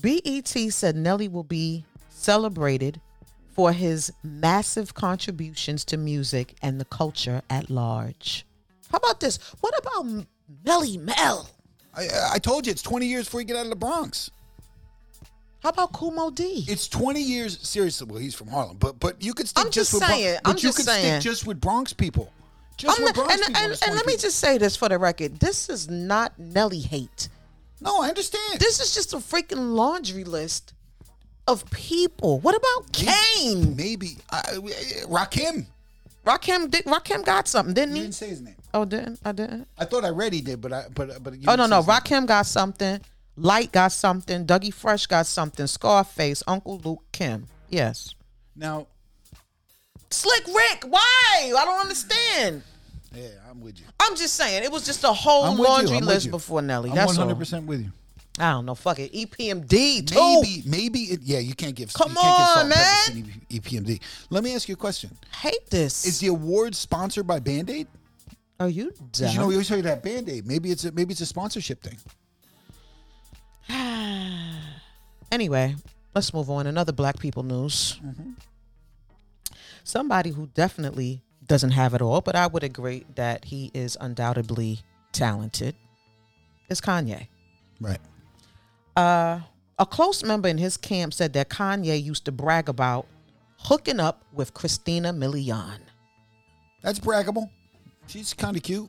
S1: BET E said Nelly will be celebrated for his massive contributions to music and the culture at large. How about this? What about M- Melly Mel?
S2: I, I told you it's 20 years before you get out of the Bronx.
S1: How about Kumo D?
S2: It's 20 years. Seriously, well, he's from Harlem, but but you could stick
S1: I'm just
S2: just, with Bron-
S1: saying,
S2: but
S1: I'm
S2: you
S1: just
S2: could
S1: saying.
S2: stick just with Bronx people. Just
S1: I'm
S2: with
S1: not-
S2: Bronx
S1: and,
S2: people.
S1: and,
S2: there's
S1: and
S2: 20
S1: let me
S2: people.
S1: just say this for the record: this is not Nelly hate.
S2: No, I understand.
S1: This is just a freaking laundry list of people. What about Kane?
S2: Maybe I, we- Rakim.
S1: Rakim did Rakim got something, didn't he?
S2: You didn't say his name.
S1: Oh, didn't I? Didn't.
S2: I thought I read he did, but I but but you
S1: Oh
S2: didn't
S1: no,
S2: say
S1: no.
S2: his name.
S1: Rakim got something. Light got something. Dougie Fresh got something. Scarface, Uncle Luke, Kim. Yes.
S2: Now,
S1: Slick Rick. Why? I don't understand.
S2: yeah, I'm with you.
S1: I'm just saying it was just a whole
S2: I'm with you.
S1: laundry
S2: I'm with
S1: list
S2: you.
S1: before Nelly.
S2: I'm
S1: That's
S2: 100
S1: all.
S2: percent with you.
S1: I don't know. Fuck it. E EPMD too.
S2: Maybe maybe it, yeah, you can't give.
S1: Come
S2: you can't give
S1: on,
S2: salt and pepper E
S1: man.
S2: to EPMD. Let me ask you a question.
S1: Hate this.
S2: Is the award sponsored by Band Aid?
S1: Are you dumb?
S2: You know, we always hear that Band Aid. Maybe it's a, maybe it's a sponsorship thing.
S1: Anyway, let's move on. Another black people news.
S2: Mm-hmm.
S1: Somebody who definitely doesn't have it all, but I would agree that he is undoubtedly talented, is Kanye.
S2: Right.
S1: Uh, a close member in his camp said that Kanye used to brag about hooking up with Christina Milian.
S2: That's braggable. She's kind of cute.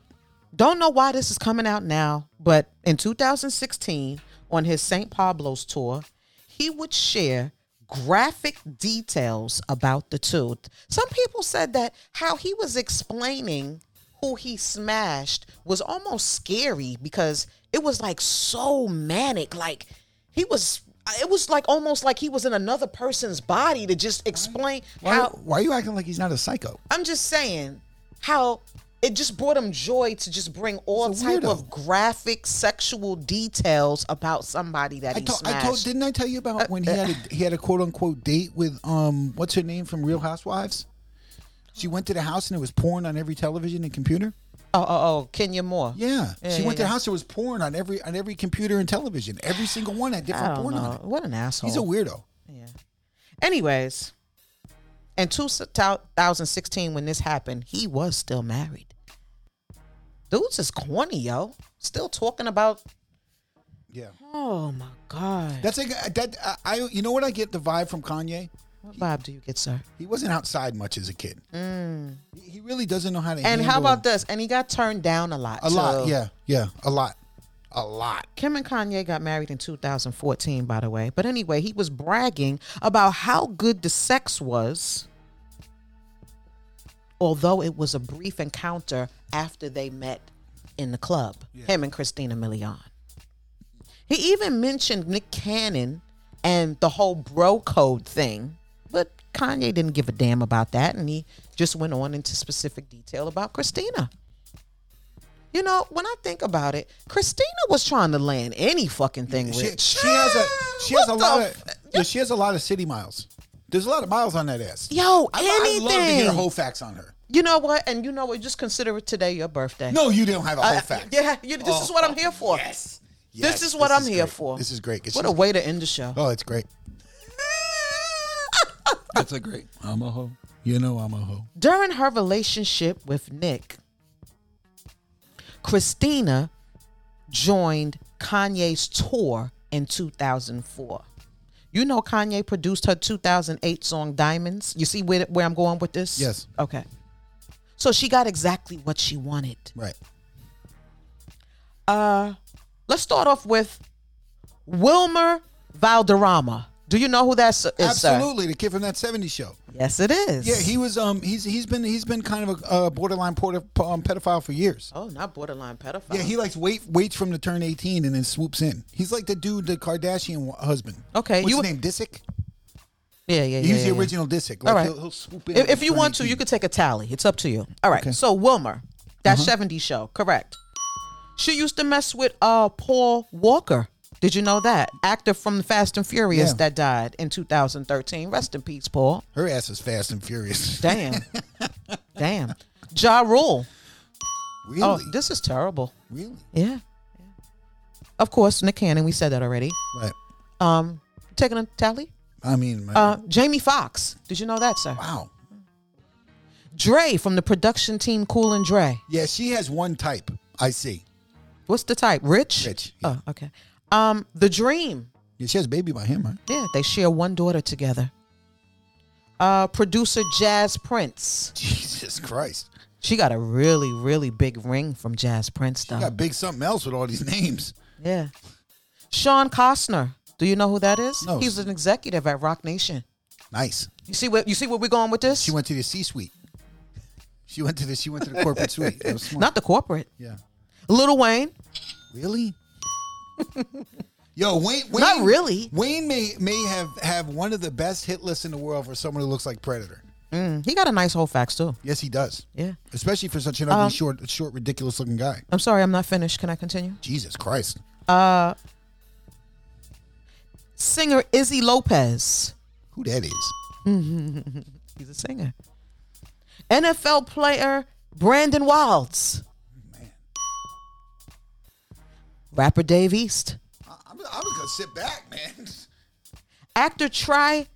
S1: Don't know why this is coming out now, but in 2016, on his St. Pablo's tour, he would share graphic details about the two. Some people said that how he was explaining who he smashed was almost scary because it was like so manic. Like he was, it was like almost like he was in another person's body to just explain
S2: Why,
S1: how.
S2: why are you acting like he's not a psycho?
S1: I'm just saying how it just brought him joy to just bring all
S2: He's a
S1: type
S2: weirdo.
S1: of graphic sexual details about somebody that
S2: I,
S1: he
S2: told I
S1: smashed. Uh,
S2: told. Didn't I tell you about when he had a, he had a quote unquote date with um what's her name from Real Housewives? She went to the house and it was porn on every television and computer.
S1: oh, oh, oh, Kenya Moore.
S2: Yeah,
S1: Yeah,
S2: she
S1: yeah,
S2: went to
S1: yeah.
S2: the house. There was porn on every on every computer and television. Every single one had
S1: I
S2: different
S1: don't
S2: porn on
S1: know.
S2: it.
S1: What an asshole.
S2: He's a weirdo.
S1: yeah. Anyways, in 2016, when this happened, he was still married. Dudes is corny, yo. Still talking about.
S2: Yeah,
S1: Oh my God.
S2: that's like uh, that. I, I you know what I get the vibe from Kanye.
S1: what vibe do you get, sir?
S2: He wasn't outside much as a kid. He- He really doesn't know how to.
S1: Mm. And how
S2: handle
S1: about this? And he got turned down a lot.
S2: a lot?
S1: too.
S2: Yeah, yeah, a lot, a lot.
S1: Kim and Kanye got married in 2014, by the way. But anyway, he was bragging about how good the sex was, although it was a brief encounter after they met in the club, him and Christina Milian. He even mentioned Nick Cannon and the whole bro code thing, but Kanye didn't give a damn about that. And he just went on into specific detail about Christina. You know, when I think about it, Christina was trying to land any fucking thing
S2: She,
S1: rich.
S2: she has a she has
S1: What
S2: a
S1: the
S2: lot of
S1: f-
S2: yeah, she has a lot of city miles. There's a lot of miles on that ass.
S1: Yo,
S2: I, I
S1: anything.
S2: love to hear whole facts on her.
S1: you know what? And you know what? Just consider it today your birthday.
S2: No, you don't have a whole
S1: Uh,
S2: fact.
S1: Yeah, you, this is what I'm here for.
S2: Oh, Yes.
S1: This
S2: Yes,
S1: is what I'm here
S2: great.
S1: for.
S2: This is great. 'cause
S1: What a
S2: she's-
S1: way to end the show.
S2: oh, it's great. That's a great. I'm a hoe. You know I'm a hoe.
S1: During her relationship with Nick, Christina joined Kanye's tour in 2004. You know, Kanye produced her 2008 song Diamonds. You see where, where I'm going with this?
S2: Yes.
S1: Okay. So she got exactly what she wanted.
S2: Right.
S1: Uh, let's start off with Wilmer Valderrama. Do you know who that is, sir?
S2: Absolutely, the kid from that '70s show.
S1: Yes, it is.
S2: Yeah, he was. Um, he's he's been he's been kind of a, a borderline porta, um, pedophile for years.
S1: Oh, not borderline pedophile.
S2: Yeah, he likes wait waits from the turn 18 and then swoops in. He's like the dude, the Kardashian wa- husband.
S1: Okay,
S2: what's
S1: you-
S2: his name? Disick.
S1: yeah, yeah, yeah.
S2: He's
S1: yeah,
S2: the
S1: yeah.
S2: original Disick. Like,
S1: All right.
S2: he'll, he'll swoop in.
S1: If,
S2: when
S1: if you
S2: he's
S1: want to,
S2: 18.
S1: you could take a tally. It's up to you. All right. So Wilmer,
S2: Uh-huh.
S1: that '70s show, correct? She used to mess with uh Paul Walker. Did you know that actor from Fast and Furious
S2: Yeah.
S1: that died in 2013? Rest in peace, Paul.
S2: Her ass is fast and furious.
S1: Damn, damn. Ja Rule.
S2: really?
S1: Oh, this is terrible.
S2: really?
S1: Yeah. Of course, Nick Cannon. We said that already.
S2: Right.
S1: Um, taking a tally.
S2: I mean, man,
S1: Uh, Jamie Foxx. Did you know that, sir?
S2: wow.
S1: Dre from the production team Cool and Dre.
S2: Yeah, she has one type. I see.
S1: What's the type? Rich.
S2: Rich,
S1: Oh, okay. Um, The Dream.
S2: Yeah, she has a baby by him, right?
S1: Yeah, they share one daughter together. Uh, producer Jazz Prince.
S2: Jesus Christ.
S1: She got a really, really big ring from Jazz Prince,
S2: You
S1: though.
S2: got big something else with all these names.
S1: yeah. Sean Costner. Do you know who that is?
S2: No.
S1: He's an executive at Rock Nation.
S2: Nice.
S1: You see where you see where we're going with this?
S2: She went to the C suite. She went to the she went to the corporate suite. That was smart.
S1: Not the corporate.
S2: yeah.
S1: Lil Wayne.
S2: Really? Yo, Wayne, Wayne.
S1: Not really.
S2: Wayne may may have have one of the best hit lists in the world for someone who looks like Predator.
S1: Mm, he got a nice whole fax too.
S2: Yes, he does.
S1: Yeah.
S2: Especially for such an
S1: Um,
S2: ugly, short, short, ridiculous looking guy.
S1: I'm sorry, I'm not finished. Can I continue?
S2: Jesus Christ.
S1: Singer Izzy Lopez.
S2: Who that is?
S1: He's a singer. NFL player Brandon Wilds. Rapper Dave East.
S2: I, I'm, I'm just gonna sit back, man.
S1: Actor Try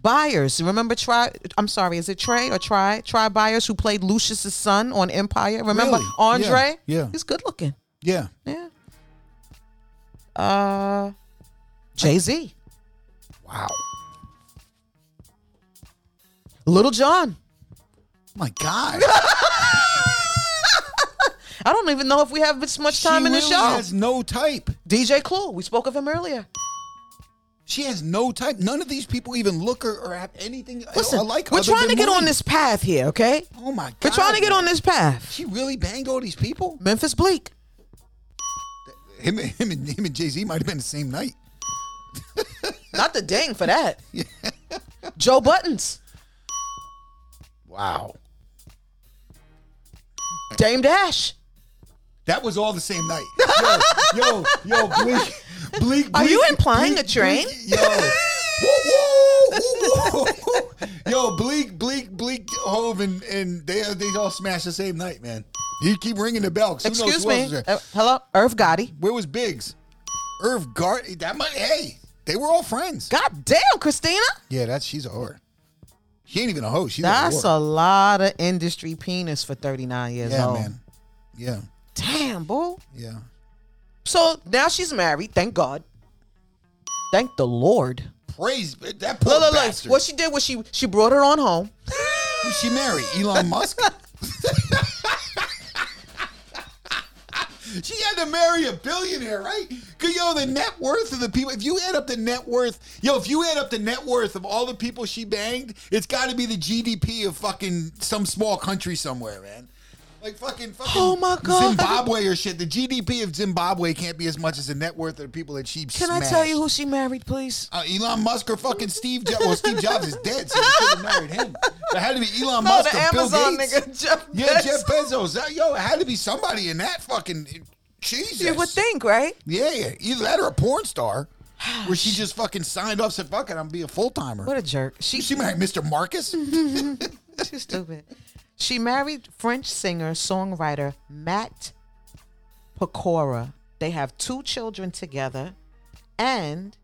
S1: Byers. Remember Try? I'm sorry, is it Trey or Try? Try Byers, who played Lucius's son on Empire. Remember
S2: Really?
S1: Andre?
S2: Yeah, yeah.
S1: He's good looking.
S2: Yeah.
S1: Yeah. Uh, Jay Z.
S2: Wow.
S1: Little John.
S2: My God.
S1: I don't even know if we have this much time
S2: she
S1: in the
S2: really
S1: show.
S2: has no type.
S1: DJ Clue. We spoke of him earlier.
S2: She has no type. None of these people even look or, or have anything I-
S1: Listen,
S2: I like.
S1: we're
S2: other
S1: trying to
S2: than
S1: get on
S2: Wayne.
S1: this path here, okay?
S2: Oh my God.
S1: We're trying to get on this path.
S2: She really banged all these people.
S1: Memphis Bleak.
S2: Him, him, and, him and Jay Z might have been the same night.
S1: Not the ding for that. Joe Buttons.
S2: Wow.
S1: Dame Dash.
S2: That was all the same night. Yo, yo, yo, bleak, bleak.
S1: Are you
S2: Bleak,
S1: implying
S2: Bleak,
S1: a train?
S2: Bleak, Yo, woo, woo, woo, woo. yo, bleak, bleak, bleak. Hove and, and they they all smashed the same night, man. You keep ringing the bell. 'cause who knows
S1: Excuse
S2: who else
S1: me.
S2: was there.
S1: Uh, hello? Irv Gotti.
S2: Where was Biggs? Irv Gar. That might. Hey, they were all friends.
S1: God damn, Christina.
S2: Yeah, that's she's a whore. She ain't even a hoe. She's
S1: That's
S2: a whore.
S1: a lot of industry penis for 39 years
S2: yeah,
S1: old.
S2: man. Yeah,
S1: Damn, boo.
S2: yeah.
S1: So now she's married. Thank God. Thank the Lord.
S2: Praise that poor
S1: Look, look, look.
S2: bastard.
S1: What she did was she she brought her on home.
S2: Who she married? Elon Musk? she had to marry a billionaire, right? Cause yo, the net worth of the people, if you add up the net worth, yo, if you add up the net worth of all the people she banged, it's gotta be the GDP of fucking some small country somewhere, man. Like fucking, fucking
S1: Oh my God.
S2: Zimbabwe or shit. The GDP of Zimbabwe can't be as much as the net worth of the people that she
S1: Can I tell you who she married, please?
S2: uh, Elon Musk or fucking Steve Jobs. Well, Steve Jobs is dead, so you should have married him. But it had to be Elon
S1: No,
S2: Musk
S1: the
S2: or
S1: Amazon
S2: Bill Gates.
S1: nigga, Jeff
S2: Yeah,
S1: Bezos.
S2: Jeff Bezos. That- yo, it had to be somebody in that fucking. Jesus.
S1: You would think, right?
S2: Yeah, yeah. Either that or a porn star, where she just fucking signed up, said, "Fuck it, I'm gonna be a full timer."
S1: What a jerk. She,
S2: She married Mr. Marcus.
S1: she's stupid. She married French singer songwriter Matt Pecora. They have two children together, and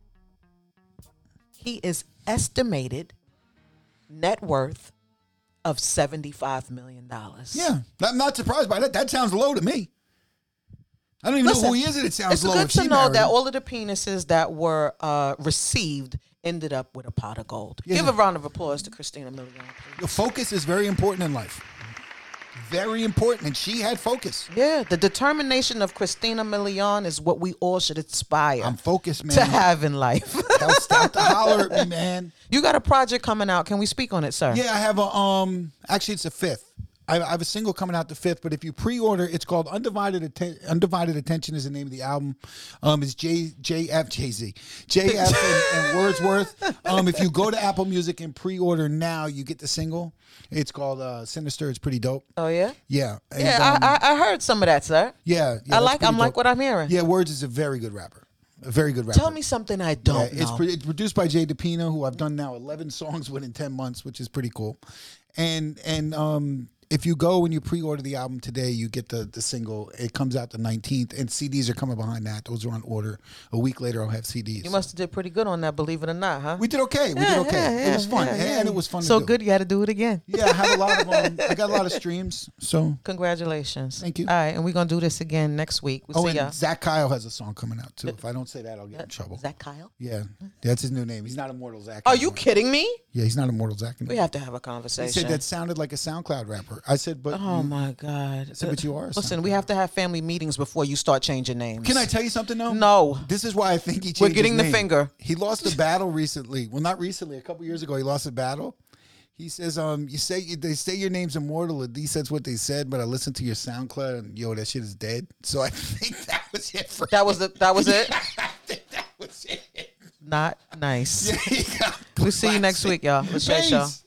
S1: he is estimated net worth of seventy-five million dollars.
S2: yeah, I'm not surprised by that. That sounds low to me. I don't even know who he is, and it sounds
S1: it's
S2: low.
S1: good
S2: if
S1: to
S2: she
S1: know
S2: married
S1: that
S2: him.
S1: all of the penises that were uh, received ended up with a pot of gold.
S2: Yeah.
S1: Give a round of applause to Christina Milian. please.
S2: Your focus is very important in life. Very important, and she had focus.
S1: Yeah, the determination of Christina Milian is what we all should aspire
S2: I'm focused, man.
S1: to have in life.
S2: Don't stop to holler at me, man.
S1: you got a project coming out. Can we speak on it, sir?
S2: Yeah, I have a um. Actually, it's a fifth. I, I have a single coming out the fifth, but if you pre-order, it's called "Undivided Atten- Undivided Attention" is the name of the album. Um, it's J JF Jay Z JF and, and Wordsworth. Um, if you go to Apple Music and pre-order now, you get the single. It's called uh, "Sinister." It's pretty dope.
S1: Oh yeah.
S2: Yeah, and,
S1: Yeah,
S2: um,
S1: I, I, I heard some of that, sir. I
S2: yeah, yeah. that's
S1: like
S2: pretty
S1: I'm like
S2: dope.
S1: what I'm hearing.
S2: Yeah, Words is a very good rapper. A very good rapper.
S1: Tell me something I
S2: Yeah,
S1: don't
S2: it's,
S1: know.
S2: pro- it's produced by Jay DePino, who I've done now 11 songs with in 10 months, which is pretty cool. And and um if you go and you pre-order the album today, you get the the single. It comes out the 19th, and CDs are coming behind that. Those are on order. A week later, I'll have CDs.
S1: You must have did pretty good on that, believe it or not, huh?
S2: we did okay. We
S1: Yeah,
S2: did okay.
S1: yeah,
S2: it was
S1: yeah,
S2: fun,
S1: yeah,
S2: and,
S1: yeah.
S2: and it was fun.
S1: So
S2: to do.
S1: good, you had to do it again.
S2: Yeah, I have a lot of. Um, I got a lot of streams. So
S1: Congratulations.
S2: Thank you.
S1: All right, and we're gonna do this again next week. We'll
S2: oh,
S1: see
S2: and
S1: y'all.
S2: Zach Kyle has a song coming out too. If I don't say that, I'll get in trouble.
S1: Zach Kyle?
S2: Yeah, that's his new name. He's not immortal Zach.
S1: Are you
S2: anymore.
S1: kidding me?
S2: Yeah, he's not immortal Zach.
S1: We
S2: Anymore.
S1: have to have a
S2: He said
S1: conversation.
S2: that sounded like a SoundCloud rapper. I said, but
S1: oh
S2: you-
S1: my God.
S2: said, but Mm-hmm. you are a
S1: Listen, we have to have family meetings before you start changing names.
S2: can I tell you something though?
S1: No.
S2: This is why I think he. Changed
S1: We're getting
S2: his
S1: the
S2: name.
S1: finger.
S2: He lost a battle recently. Well, not recently. A couple years ago, he lost a battle. He says, "Um, you say they say your name's immortal. At least that's what they said. But I listened to your SoundCloud, and yo, that shit is dead. So I think that was it for.
S1: That was the, that was it.
S2: I think that was it.
S1: Not nice.
S2: He got
S1: We'll see you next
S2: blasted.
S1: week, y'all. Let's
S2: Peace.
S1: y'all.